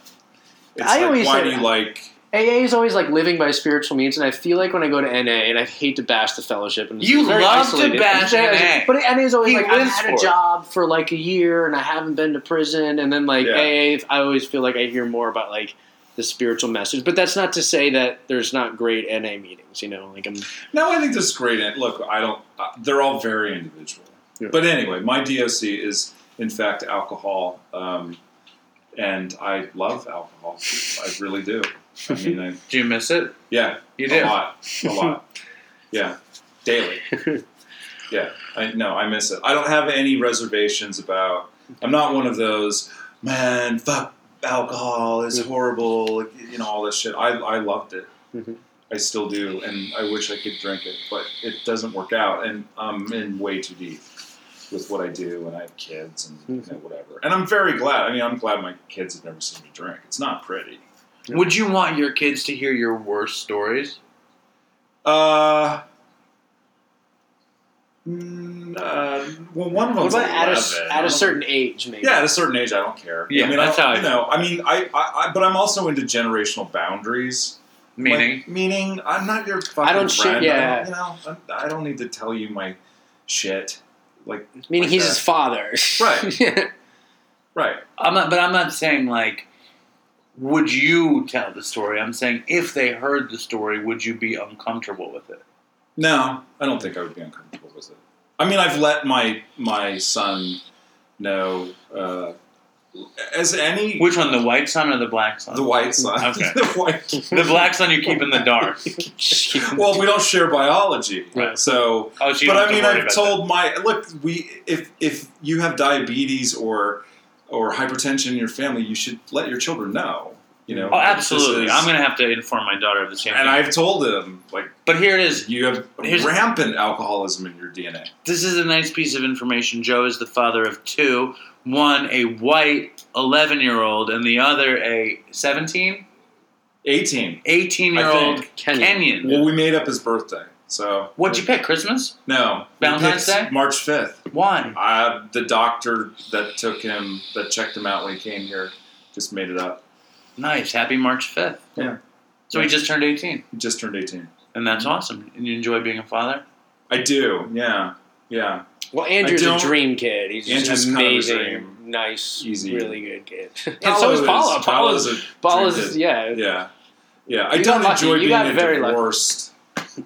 It's
I
like,
always
why
said-
do you like?
AA is always like living by spiritual means, and I feel like when I go to NA, and I hate to bash the fellowship, and it's
You
very
love to
isolated.
bash NA.
but NA is always
He
like I've
lives
had
for
a
it.
job for like a year, and I haven't been to prison, and then like
Yeah.
AA, I always feel like I hear more about like the spiritual message. But that's not to say that there's not great NA meetings, you know. Like I'm
No, I think this is great. And Look, I don't. Uh, they're all very individual.
Yeah.
But anyway, my DOC is in fact alcohol, um, and I love alcohol. I really do. I mean, I,
Do you miss it?
yeah,
You
a
do.
lot,
[laughs]
a lot. Yeah, daily. Yeah, I no, I miss it. I don't have any reservations about. I'm not one of those man. Fuck alcohol is
Mm-hmm.
horrible. You know all this shit. I I loved it.
Mm-hmm.
Mhm.
I still do, and I wish I could drink it, but it doesn't work out, and I'm in way too deep with what I do, and I have kids and
Mm-hmm.
you know, whatever. And I'm very glad. I mean, I'm glad my kids have never seen me drink. It's not pretty.
Would you want your kids to hear your worst stories?
Uh, mm, uh, well, one of
what
them's
about at a, s-
11.
at a certain age, maybe?
Yeah, at a certain age, I don't care.
Yeah,
I mean,
that's
I,
how I
you know. I mean, I, I, I, but I'm also into generational boundaries.
Meaning,
Like, meaning, I'm not your fucking
I don't shit-
friend.
yeah.
I don't, you know, I'm, I don't need to tell you my shit. Like,
meaning
like
he's
that.
his father, [laughs]
Right.
yeah.
right?
I'm not, but I'm not saying like. Would you tell the story? I'm saying if they heard the story, would you be uncomfortable with it?
No, I don't think I would be uncomfortable with it. I mean, I've let my my son know uh, as any
Which one, the white son or the black son?
the white son,
Okay.
[laughs] the white
The black son you keep in the
[laughs]
dark.
well, we don't share biology,
Right.
so.
Oh, so you
but
don't have
I
to
mean,
worry
I've
about
told my look. We if if you have diabetes or or hypertension in your family, you should let your children know. You know,
that. Oh, absolutely.
This is-
I'm going to have to inform my daughter of the same
and
thing.
I've told them like
but here it is.
you have
Here's-
rampant alcoholism in your DNA.
This is a nice piece of information. Joe is the father of two. One, a white 11 year old, and the other, a 17,
Eighteen.
18 year
I
old
think.
Kenyan.
Kenyan.
Well, we made up his birthday, so
What'd you pick? Christmas?
no. We
Valentine's
picked
Day?
March fifth.
Why?
Uh, the doctor that took him, that checked him out when he came here, just made it up.
Nice. Happy March 5th.
Yeah. Mm-hmm.
So he just turned 18,
He just turned eighteen.
and that's awesome. And you enjoy being a father?
I do. Yeah. Yeah.
Well, Andrew's
I
a
don't-
dream kid. He's
Andrew's
just an
kind of a
amazing,
dream.
nice,
Easy.
really good kid. [laughs] and so is Paula. Paula's,
a
Paula's,
dream kid.
yeah.
yeah, yeah. I
You
don't
got lucky.
enjoy
You
being
got
a
very lucky.
divorced.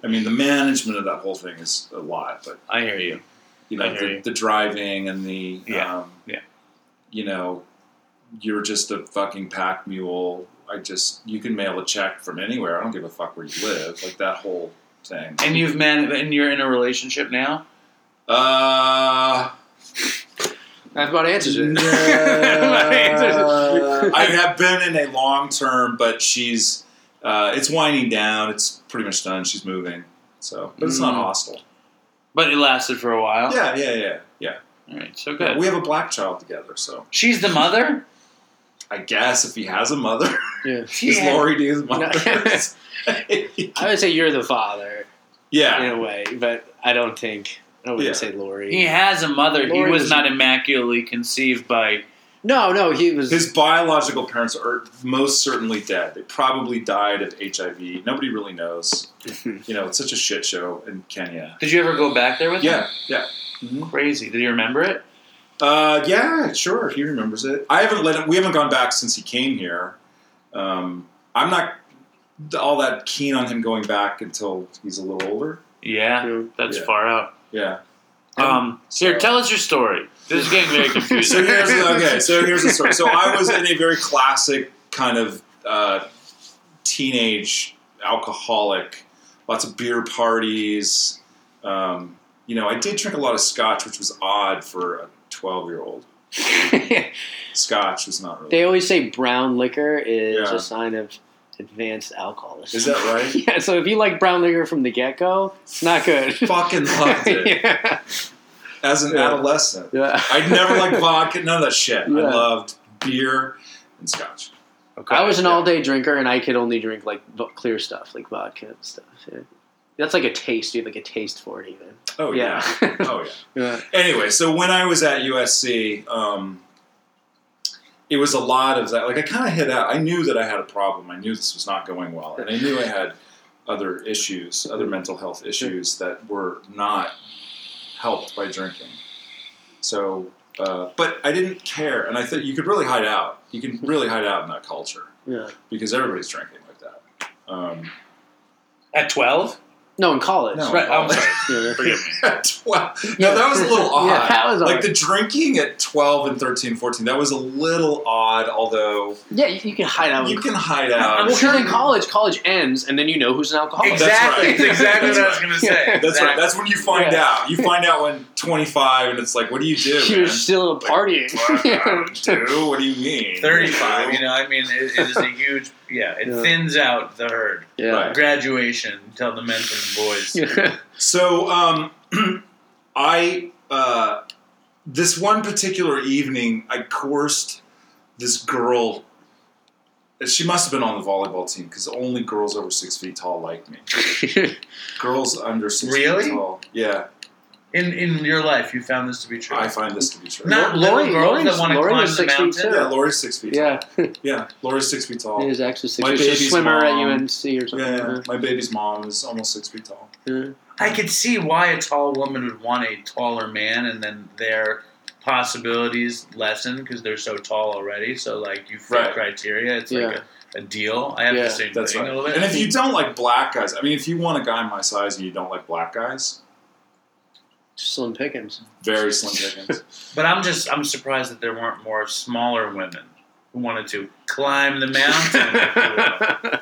I mean, the management of that whole thing is a lot, but
I hear you.
you
I
know,
hear
the,
you.
the driving and the
Yeah,
um,
yeah.
you know, you're just a fucking pack mule. I just you can mail a check from anywhere. I don't give a fuck where you live. Like that whole thing.
And you've man, and you're in a relationship now.
Uh,
That about answers it. [laughs]
No.
That answers it.
[laughs] I have been in a long term, but she's uh, it's winding down. It's pretty much done. She's moving, so but it's not
Mm.
hostile.
But it lasted for a while.
Yeah, yeah, yeah, yeah.
All right. So good.
We have a black child together, so
She's the mother.
I guess if he has a mother, [laughs]
yeah.
is Lori D his mother?
I would say you're the father in
[laughs] yeah,
a way, but I don't think I wouldn't
Yeah.
say Lori.
He has a mother.
Lori
he was
is-
not immaculately conceived by
No, no, he was.
His biological parents are most certainly dead. They probably died of HIV. Nobody really knows. you know, it's such a shit show in Kenya.
Did you ever go back there with
Yeah, Mm-hmm. yeah.
him? Crazy. Did you remember it?
Uh, yeah, sure. He remembers it. I haven't let him. We haven't gone back since he came here. Um, I'm not all that keen on him going back until he's a little older.
Yeah,
Yeah.
that's
Yeah.
far out.
Yeah.
Um, here,
So-
tell us your story. This is getting very
[laughs] So
confusing.
here's the, okay. So here's the story. So I was in a very classic kind of uh, teenage alcoholic. Lots of beer parties. Um, you know, I did drink a lot of scotch, which was odd for a 12 year old. Scotch was not
[laughs]
really.
they always say brown liquor is
Yeah.
a sign of advanced alcoholism.
Is that
[laughs]
right?
Yeah, so if you like brown liquor from the get go, it's not good.
Fucking loved it.
[laughs] yeah.
as an
Yeah.
adolescent.
yeah.
I never
[laughs]
liked vodka, none of that shit.
Yeah.
I loved beer and scotch.
Okay.
I was an all day drinker and I could only drink like v- clear stuff, like vodka and stuff. Yeah. That's like a taste. You have like a taste for it, even.
Oh yeah.
yeah.
[laughs] oh yeah.
[laughs] yeah.
Anyway, so when I was at USC, um, it was a lot of that. Like I kind of hit out. I knew that I had a problem. I knew this was not going well, and I knew I had other issues, other mental health issues that were not helped by drinking. So, uh, but I didn't care, and I think you could really hide out. You can really hide out in that culture.
Yeah.
because everybody's drinking like that. Um,
At 12?
No, in college.
No.
Right, I'm
[laughs]
sorry.
Yeah.
Forgive me.
well, no, that was a little odd.
Yeah, that was
like
odd.
the drinking at 12 and 13, 14, that was a little odd, although
Yeah, you, you can hide out.
you
in-
can hide
I'm
out.
Well,
sure in
sure.
college, college ends, and then you know who's an alcoholic.
[laughs]
Exact-
Exactly.
right.
That's exactly
That's
[laughs]
what I was
[laughs]
going to say.
Yeah.
[laughs] That's right. That's when you find
Yeah.
out. You find out when 25, and it's like, what do you do?
[laughs] You're
man?
still partying.
What do [laughs] I do? What do you mean?
35, you know, I mean, it, it is a huge, yeah, it
Yeah.
thins out the herd.
yeah. [laughs]
Right.
Graduation, tell the men and the boys.
Yeah.
So, um, [clears throat] I uh, this one particular evening, I coursed this girl. She must have been on the volleyball team because only girls over six feet tall like me. Girls under six
Really?
feet tall, yeah.
In in your life, you found this to be true.
I find this to be true.
Not
Lori-
little girls
Lori's-
that want to
Lori
climb
was
the
six feet
mountain.
too.
yeah, Lori's six feet.
yeah.
tall. yeah, Lori's six feet
[laughs]
tall.
He was actually six.
My
He was a
baby's
swimmer
mom.
at UNC or something.
Yeah, my baby's mom is almost six feet tall.
Yeah.
I could see why a tall woman would want a taller man, and then their possibilities lessen because they're so tall already. So like you fit
Right.
criteria, it's like
Yeah.
a, a deal. I have
Yeah,
the same
That's
thing
right.
a little bit.
And if you don't like black guys, I mean, if you want a guy my size and you don't like black guys,
Slim Pickens.
very slim
[laughs]
pickings.
but I'm just I'm surprised that there weren't more smaller women who wanted to climb the mountain. if you
[laughs]
will.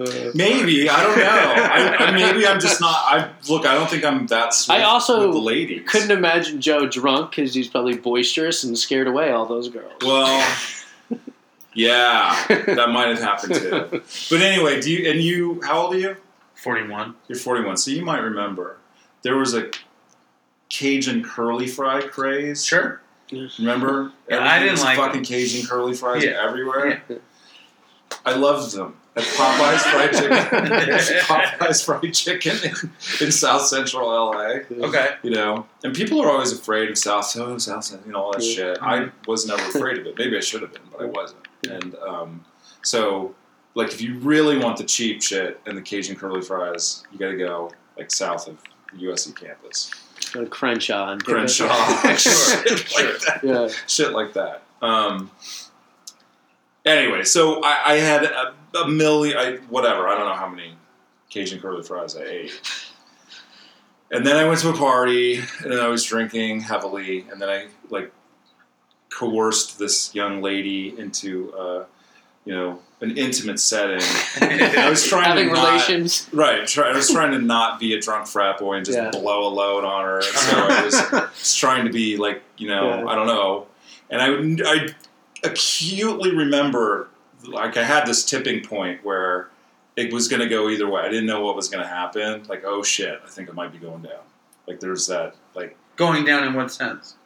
Uh,
Maybe I don't know. I, I, maybe I'm just not. I look. I don't think I'm that. Swift
I also
with the ladies.
couldn't imagine Joe drunk because he's probably boisterous and scared away all those girls. [laughs]
Well, yeah, that might have
[laughs]
happened too. But anyway, do you? And you? How old are you?
Forty-one.
You're 41, so you might remember there was a Cajun curly fry craze.
Sure.
Remember?
Yeah, I
Everything
didn't
was
like
fucking
them.
Cajun curly fries
Yeah.
everywhere. I loved them at Popeyes
[laughs]
fried chicken. Popeyes fried chicken in, in South Central LA.
Okay.
you know. And people are always afraid of South oh, South South, you know, all that
Yeah.
shit. I was never afraid of it. Maybe I should have been, but I wasn't.
Yeah.
And um, so, like, if you really want the cheap shit and the Cajun curly fries, you got to go like south of the USC campus,
Go to Crenshaw and
Crenshaw,
[laughs]
[laughs]
Sure,
shit
sure.
like that.
yeah.
Shit like that. Um, anyway, so I, I had a, a million, I, whatever. I don't know how many Cajun curly fries I ate. And then I went to a party, and I was drinking heavily, and then I like coerced this young lady into, uh, you know, an intimate setting. And I was trying
Having
to not-
relations.
right. Try, I was trying to not be a drunk frat boy and just
Yeah.
blow a load on her. And so I was
[laughs]
[laughs] just trying to be like, you know,
Yeah.
I don't know. And I, I acutely remember, like, I had this tipping point where it was going to go either way. I didn't know what was going to happen. Like, oh shit, I think it might be going down. Like, there's that, like,
Going down in what sense?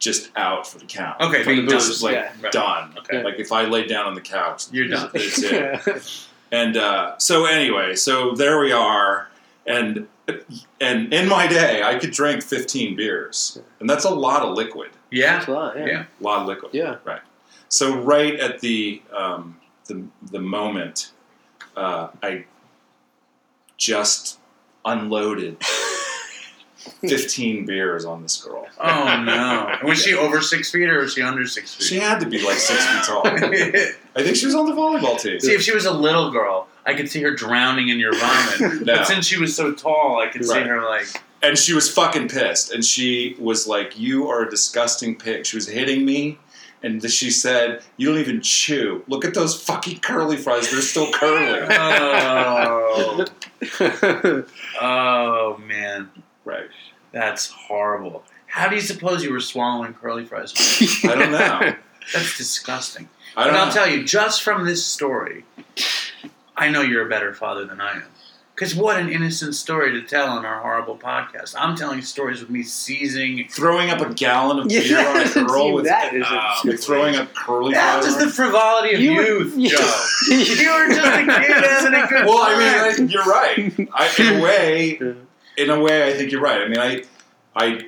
just out for the count.
Okay,
Like,
being
it was
done.
just, like [laughs]
Yeah,
right.
done.
Okay.
Like, if I laid down on the couch,
You're done.
That's
[laughs]
it.
yeah.
And uh, so anyway, so there we are, and and in my day, I could drink 15 beers, and that's a lot of liquid,
Yeah.
That's a lot, yeah.
Yeah.
a lot of liquid.
Yeah.
So right at the um, the, the moment, uh, I just unloaded fifteen beers on this girl. [laughs]
Oh no! Was she over six feet or was she under six [laughs]
She
feet?
had to be like six feet tall.
see
I think she was on the volleyball team.
if she was a little girl, I could see her drowning in your vomit.
[laughs] No.
But since she was so tall, I could see
Right.
her
[laughs]
like
and she was fucking pissed and she was like you are a disgusting pig she was hitting me and th- she said you don't even chew look at those fucking curly fries they're still
[laughs]
curly
oh, oh man,
right
that's horrible. How do you suppose you were swallowing curly fries?
i don't know
That's disgusting.
i don't
and I'll
know
tell you, just from this story, I know you're a better father than I am. Because what an innocent story to tell on our horrible podcast. I'm telling stories with me seizing.
throwing up a gallon of
Yeah,
beer on a
doesn't
girl
seem
with
that, is it?
Ah, like throwing up curly
That
fries
was
on
the
her.
frivolity of
[laughs] You were-
youth,
yeah. [laughs]
Joe. You were just a kid
[laughs]
having a good
well
time.
i mean I, you're right I, in a way
Yeah.
in a way i think you're right i mean i i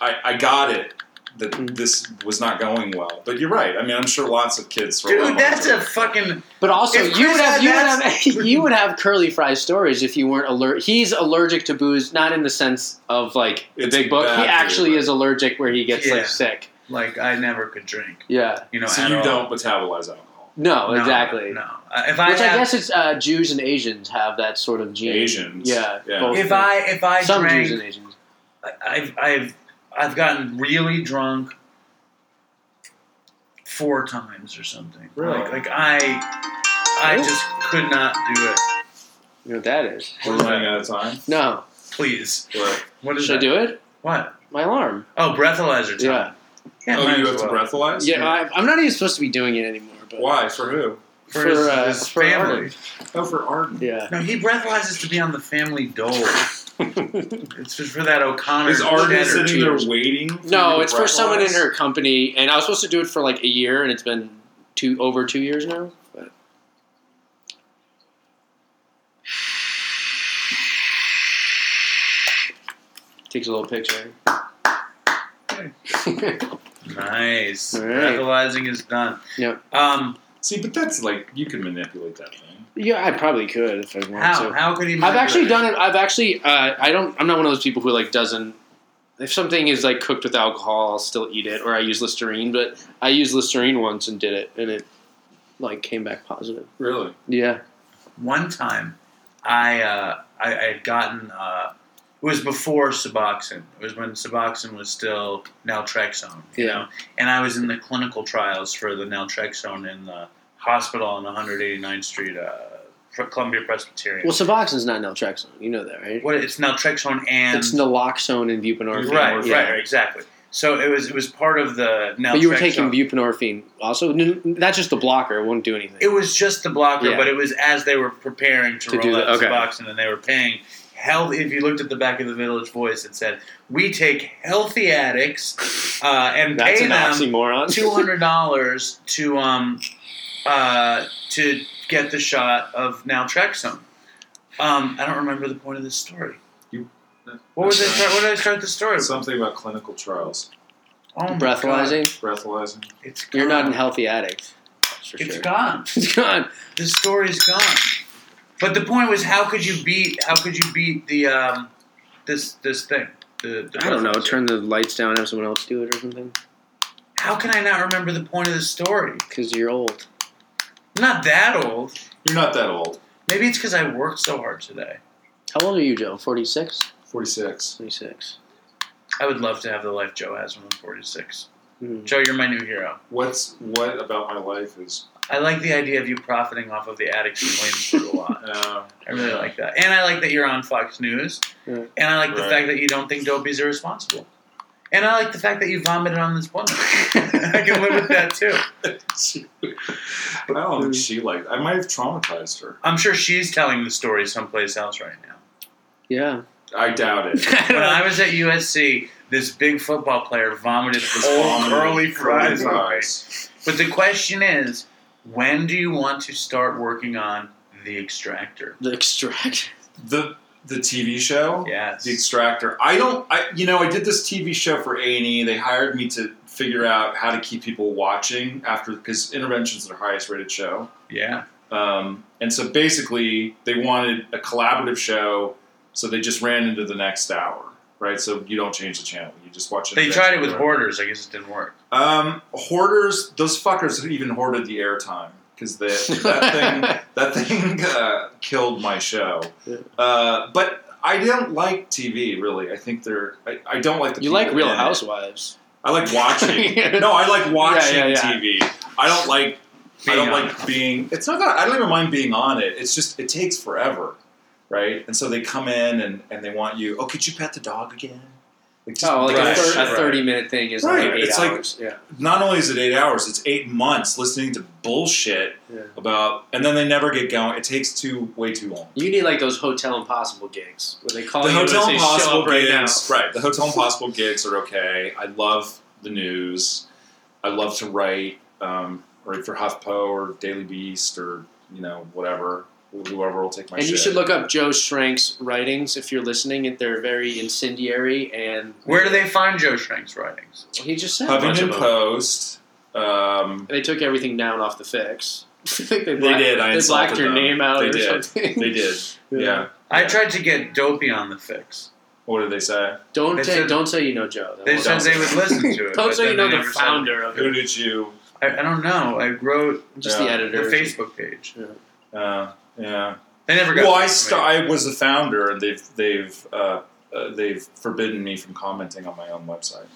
i, I got it that
Mm.
this was not going well, but you're right. I mean, I'm sure lots of kids. throw up on
dude, that's
her.
a fucking.
But also,
If
you
Chris
would have
had
you would
that- [laughs]
have [laughs] you would have curly fry stories if you weren't alert. He's allergic to booze, not in the sense of like the
It's
big book.
bad
He
for
actually
you,
is allergic where he gets
Yeah.
like sick.
Like, I never could drink.
Yeah.
You know,
so
at
you
all.
don't metabolize alcohol.
No,
No,
exactly.
No. Uh, If I,
Which I
had-
guess it's uh, Jews and Asians have that sort of gene.
Asians,
Yeah.
yeah.
both
if
of them.
I, if I
some
drank
Jews and Asians.
I've I've I've gotten really drunk four times or something.
Really?
Like like I I
Really?
just could not do it.
You know what that is?
We're running out of time.
No.
Please.
Or,
What is
Should I
that?
do it?
What?
My alarm.
Oh, breathalyzer
Yeah.
time. Yeah.
oh,
might as
you have to
well.
breathalyze.
Yeah. I, I'm not even supposed to be doing it anymore. But
Why? For who?
For,
For,
his,
uh,
his
for
family.
Oh, for Arden.
Yeah.
No, he breathalyzes to be on the family dole.
[laughs]
[laughs]
it's just for that O'Connor.
Is Arden
cheddar
sitting there
cheese.
waiting? For you
No,
to
it's for someone in
breathalyze?
her company, and I was supposed to do it for like a year, and it's been two over two years now. But takes a little picture.
Nice.
All right.
Breathalyzing is done.
Yep.
Um,
See, but that's like you can manipulate that thing.
[laughs] yeah, I probably could if I wanted
how?
to.
How could he?
I've actually
manipulate?
done it. I've actually. Uh, I don't. I'm not one of those people who like doesn't. If something is like cooked with alcohol, I'll still eat it, or I use Listerine. But I used Listerine once and did it, and it like came back positive.
Really?
Yeah.
one time I, uh, I I had gotten uh, it was before Suboxone. It was when Suboxone was still naltrexone. You
Yeah.
know, and I was in the clinical trials for the naltrexone in the hospital on 189th Street, uh, for Columbia Presbyterian.
Well, Suboxone's not naltrexone. You know that, right?
what it's naltrexone and
It's naloxone and buprenorphine.
right,
yeah.
right, right, exactly. So it was it was part of the naltrexone.
But you were taking buprenorphine also. N- n- That's just the blocker. It won't do anything.
It was just the blocker,
Yeah.
but it was as they were preparing to,
To do
roll out
the- okay.
Suboxone, and they were paying healthy. If you looked at the back of the Village Voice, it said, "We take healthy addicts uh, and
[laughs] That's
pay
an
them
oxymoron.
two
[laughs]
hundred dollars to um uh to get the shot of naltrexone." Um, I don't remember the point of this story.
You-
What was I start? What did I start the story? with?
Something about clinical trials,
Oh my God.
Breathalyzing.
breathalyzing.
It's gone.
You're not a healthy addict. That's for
Uh, It's
sure.
gone.
[laughs] It's gone.
the story's gone. But the point was, how could you beat? How could you beat the um, this this thing? The, the
I don't know.
preference?
Turn the lights down. Have someone else do it or something.
How can I not remember the point of the story?
Because you're old.
I'm not that old.
You're not that old.
Maybe it's because I worked so hard today.
How old are you, Joe? 46?
Forty-six.
46.
I would love to have the life Joe has when I'm 46.
Hmm.
Joe, you're my new hero.
What's what about my life is?
I like the idea of you profiting off of the addicts in Williamsburg a lot.
[laughs] Uh,
I really like that, and I like that you're on Fox News,
Yeah.
and I like the
Right.
fact that you don't think dope is irresponsible, and I like the fact that you vomited on this woman. [laughs] [laughs] I can live with that too.
she- I don't think she liked. I might have traumatized her.
I'm sure she's telling the story someplace else right now.
[laughs] Yeah.
I doubt [laughs] it.
When [laughs] I was at USC, this big football player vomited this whole curly fries.
Curly fries.
But the question is, when do you want to start working on the extractor?
the extract.
the the TV show,
Yes.
The Extractor. I don't. I you know I did this TV show for A and E. They hired me to figure out how to keep people watching after because Intervention's their highest rated show.
Yeah.
Um, and so basically, they wanted a collaborative show, so they just ran into the next hour, right? So you don't change the channel; you just watch it.
They tried it with Borders. I guess it didn't work.
Um, hoarders, those fuckers even hoarded the airtime because that
[laughs]
thing that thing uh, killed my show.
Yeah.
Uh, but I didn't like TV really. I think they're I, I don't like the
You like
people
Real
in it.
Housewives.
I
[laughs]
like watching. no, I like watching
Yeah, yeah, yeah.
TV. I don't like. I
Being
don't
on
like being. It's not that I don't even mind being on it. It's just it takes forever, right? And so they come in and, and they want you. Oh, could you pet the dog again? Like just
Oh, like
Right,
a, thir-
right.
a thirty-minute thing is
Right,
like eight
it's like-
hours. yeah.
not only is it eight hours, it's eight months listening to bullshit
Yeah.
about, and then they never get going. It takes too way too long.
You need like those Hotel Impossible gigs where they call
the
Oh, you
Hotel
and they say, show
Impossible
up right now.
gigs, right? The
[laughs]
Hotel Impossible gigs are okay. I love the news. I love to write, um, write for HuffPo or Daily Beast or you know whatever, whoever will take my.
And you
shit.
should look up Joe Schrank's writings if you're listening. They're very incendiary and
Where do they find Joe Schrank's writings?
He just said a bunch of
Huffington
them.
Post. Um,
They took everything down off the fix. [laughs] they,
they
black-
did. I
They
insulted
blacked your
them.
name out
They
or
did.
something.
They did.
[laughs] Yeah.
yeah.
I tried to get Dopey on the fix.
What did they say?
Don't
They
say,
said-
don't say you know Joe. That
They
was
said
awesome.
they would listen
[laughs]
to it.
don't
but
say
then
you know
they
the
never said
founder of
Who
it.
did you?
it. I, I don't know. I wrote
Just
Yeah.
the
the
editor.
Facebook page.
Uh, yeah.
They never got.
Well, I,
back to
st-
me.
I was the founder, and they've they've uh, uh, they've forbidden me from commenting on my own website.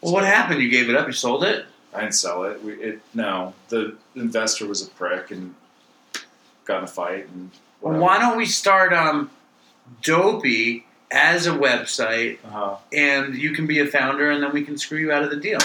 Well, what happened? You gave it up. You sold it.
I didn't sell it. We, it no, the investor was a prick and got in a fight and
Well,
whatever.
why don't we start um, Dopey as a website,
Uh-huh.
and you can be a founder, and then we can screw you out of the
[laughs]
deal.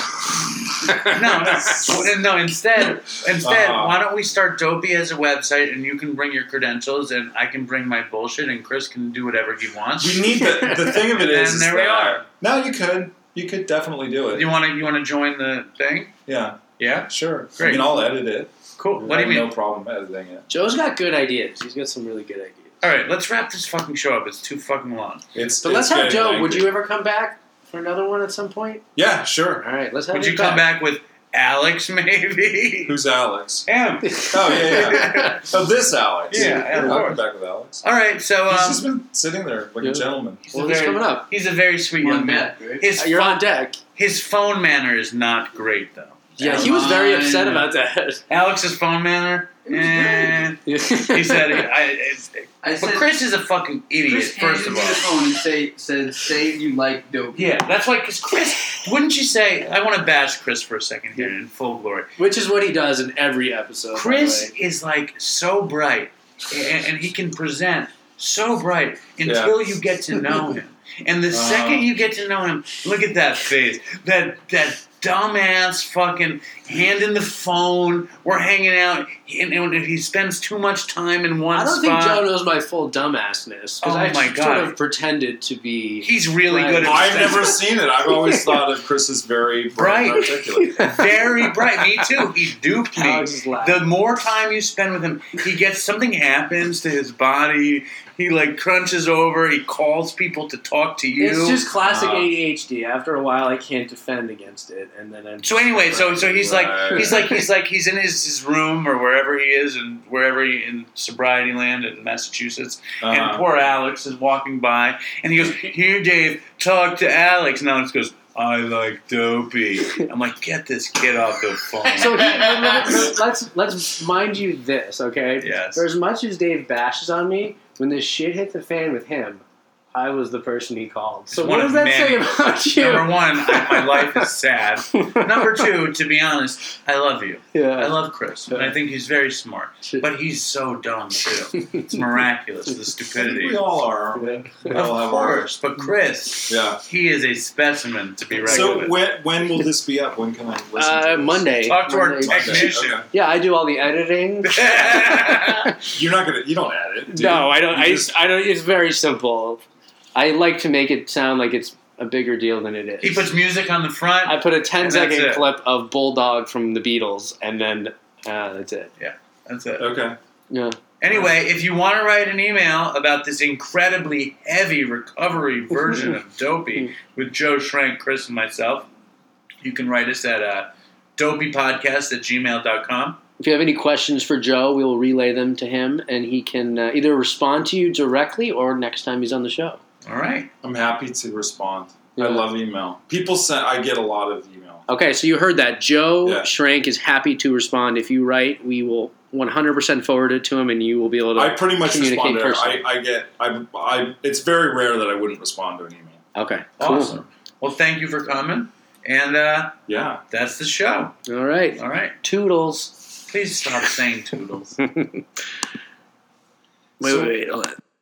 no, no, no. Instead, instead,
Uh-huh.
why don't we start Dopey as a website, and you can bring your credentials, and I can bring my bullshit, and Chris can do whatever he wants.
[laughs] We need the, the thing of it
And
is, is
there we
that-
are.
No, you could you could definitely do it.
you want to you want to join the thing?
Yeah,
Yeah,
sure.
Great.
I mean, I'll edit it.
cool. What do you
I have
mean?
No problem editing it.
Joe's got good ideas. He's got some really good ideas.
All right, let's wrap this fucking show up. It's too fucking long.
It's
But let's
it's
have
getting
Joe.
lengthy.
Would you ever come back for another one at some point?
Yeah, sure.
All right, let's have
Would
him
you come back with Alex, [laughs] maybe?
Who's Alex?
Him.
[laughs]
Oh yeah, yeah. oh, this Alex.
Yeah, yeah, of
I'll come
course.
back with Alex.
[laughs] All right, so um,
He's just been sitting there like
Yeah.
a gentleman.
he's,
Well,
a
he's
very-
coming up.
he's a very sweet young man. His
Uh, You're
phone-
on deck.
His phone manner is not great though.
Yeah,
Never
he was very
mind.
upset about that.
Alex's phone manner. eh,
he
he said, I, it's,
I
"But
said,
Chris is a fucking idiot."
Chris
first
handed
of
me the
all,
phone and say, said, "Say you like dope."
yeah, that's why. Because Chris, wouldn't you say? I want to bash Chris for a second here in full glory.
[laughs] which is what he does in every episode. by the
Chris
way.
is like so bright, and, and he can present so bright until you get to know him. And the
Uh-huh.
second you get to know him, look at that face, that that dumbass fucking hand in the phone. We're hanging out, and, and if he spends too much time in one
I don't think
spot,
Joe knows my full dumbassness because
Oh
I
my
sort
God.
of pretended to be.
he's really
Right.
good. at
I've
presenting.
never seen it. I've
[laughs]
always thought of Chris as very bright, and
Bright.
articulate.
very bright. Me too. He duped me.
Alex is laughing.
The more time you spend with him, he gets something happens to his body. He like crunches over. He calls people to talk to you.
It's just classic
Uh,
ADHD. After a while, I can't defend against it, and then I'm.
so anyway, so so he's like
Right.
he's like he's like he's in his, his room or wherever he is and wherever he in sobriety land in Massachusetts. [laughs] And
Uh-huh.
poor Alex is walking by and he goes, Here Dave, talk to Alex and Alex goes, I like dopey. I'm like, get this kid off the phone.
[laughs] So he, let's let's mind you this, okay?
yes.
For as much as Dave bashes on me, when this shit hit the fan with him, I was the person he called. So
It's one
what does
of
that say about you?
Number one, I, my life is sad. Number two, to be honest, I love you. I
[laughs] yeah.
love Chris, and I think he's very smart.
[laughs]
But he's so dumb too. It's miraculous the
We
stupidity.
all are. aren't we? We
Of
all have our- Mm-hmm.
course, but Chris,
Yeah.
he is a specimen to be reckoned
So
with.
when when will this be up? When can I listen?
Uh,
to this?
Monday.
Talk to our
Monday.
Monday,
technician.
okay.
Yeah, I do all the
[laughs]
editing.
You're not gonna. You don't edit. Do
No,
you?
I don't.
You
I,
just-
I don't. It's very simple. I like to make it sound like it's a bigger deal than it is.
he puts music on the front.
I put a 10
And that's
second
it.
clip of Bulldog from the Beatles, and then uh, that's it.
That's it.
okay.
Yeah.
Anyway, if you want to write an email about this incredibly heavy
[laughs]
recovery version of
Mm.
Dopey with Joe Shrank, Chris, and myself, you can write us at uh, dopeypodcast at gmail.com.
If you have any questions for Joe, we will relay them to him, and he can uh, either respond to you directly or next time he's on the show.
All right.
I'm happy to respond.
Yeah.
I love email. People send. I get a lot of email.
Okay, so you heard that. Joe
Yeah.
Shrank is happy to respond. If you write, we will 100% forward it to him, and you will be able to.
I pretty much
communicate
respond. To I,
personally.
I get. I, I. It's very rare that I wouldn't respond to an email.
okay, cool.
Awesome. Well, thank you for coming. And uh,
Yeah.
that's the show.
All right.
All right.
Toodles. [laughs]
Please stop saying toodles.
Wait, wait, wait. hold on.